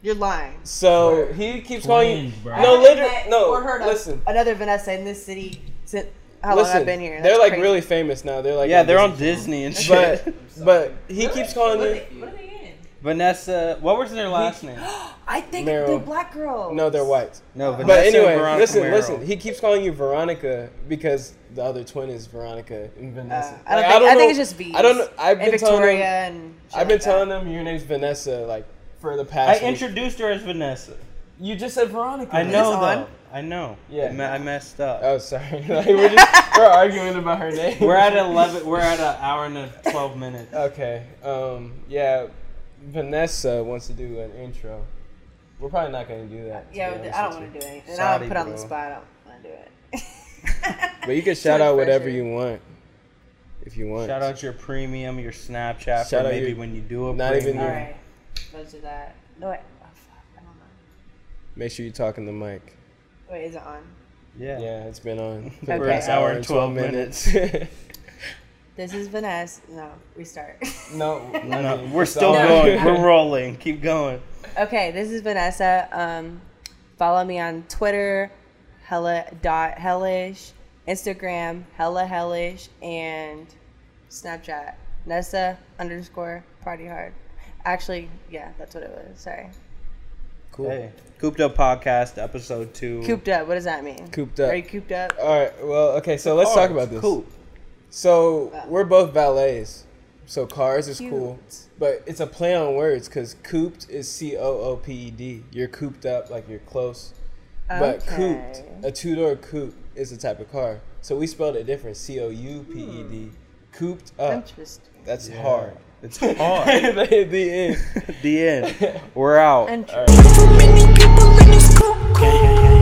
S2: You're lying.
S4: So he keeps calling you.
S6: Twins, bro.
S4: No,
S2: I
S4: literally,
S2: haven't met
S4: no.
S2: or heard of
S4: Listen,
S2: Another Vanessa in this city since how long
S4: listen.
S2: I've been here.
S4: they're
S2: That's
S4: like
S2: crazy.
S4: really famous now. They're like
S1: yeah, they're on Disney and shit.
S4: But but he keeps calling
S5: What are
S4: you.
S5: they, what are they
S1: Vanessa, what was their last name?
S2: I think
S4: Meryl.
S2: they're black girls.
S4: No, they're whites.
S1: No, Vanessa.
S4: But anyway,
S1: and Veronica
S4: listen,
S1: Merrill.
S4: listen. He keeps calling you Veronica because the other twin is Veronica and Vanessa.
S2: Uh, I don't
S4: Like,
S2: think- I
S4: know-
S2: think it's just V's.
S4: I don't know. I've
S2: and
S4: been telling
S2: Victoria
S4: him.
S2: and. shit
S4: I've been
S2: like that.
S4: telling him your name's Vanessa like for the
S1: I
S4: past. week.
S1: introduced her as Vanessa.
S4: You just said Veronica.
S1: I know
S2: on?
S1: though. I know.
S4: Yeah.
S1: I, me- I messed up.
S4: Oh, sorry. Like, we're just we're arguing about her name.
S1: We're at eleven. We're at an hour and a twelve minutes.
S4: Okay. Um. Yeah. Vanessa wants to do an intro. We're probably not gonna do that. to
S2: Yeah,
S4: be
S2: but
S4: honest
S2: I don't
S4: with
S2: want
S4: you.
S2: to do anything. I
S1: Sorry,
S2: don't put on the
S1: bro.
S2: spot. I don't want to do it.
S4: But you can
S2: Too
S4: shout
S2: much
S4: out whatever
S2: pressure.
S4: you want, if you want.
S1: Shout out your premium, your Snapchat,
S4: Shout
S1: for
S4: out
S1: maybe
S4: your-
S1: when you do a
S4: not even
S1: premium.
S2: All
S4: your-
S2: right, let's do that. No, wait. Oh, fuck. I don't know.
S4: Make sure you talk in the mic.
S2: Wait, is it on?
S1: Yeah.
S4: Yeah, it's been on for
S2: Okay.
S4: the
S2: For an
S4: past
S1: hour
S4: hour
S1: and
S4: and 12
S1: 12
S4: minutes.
S2: This is Vanessa. No, restart.
S4: no,
S1: No, no, we're still going. We're rolling. Keep going.
S2: okay, this is Vanessa. Um, follow me on Twitter, hella dot hellish, Instagram hella hellish, and Snapchat Nessa underscore party hard. Actually, yeah, that's what it was. Sorry,
S4: cool.
S1: Hey, Cooped Up Podcast, episode two.
S2: cooped up. What does that mean?
S4: Mm. Cooped
S2: Are you
S4: up.
S2: cooped up?
S4: All right. Well, okay. So let's talk about this.
S1: Cool.
S4: So we're both valets. So cars is
S2: Cute.
S4: cool, but it's a play on words because cooped is C O O P E D. You're cooped up, like you're close. But cooped,
S2: Okay.
S4: a two door coupe is a type of car. So we spelled it different. C O U P E D. Cooped up.
S2: Interesting.
S4: That's hard.
S1: It's hard.
S4: the the end.
S1: the end. We're out.
S2: Interesting.
S3: Too many people in this group.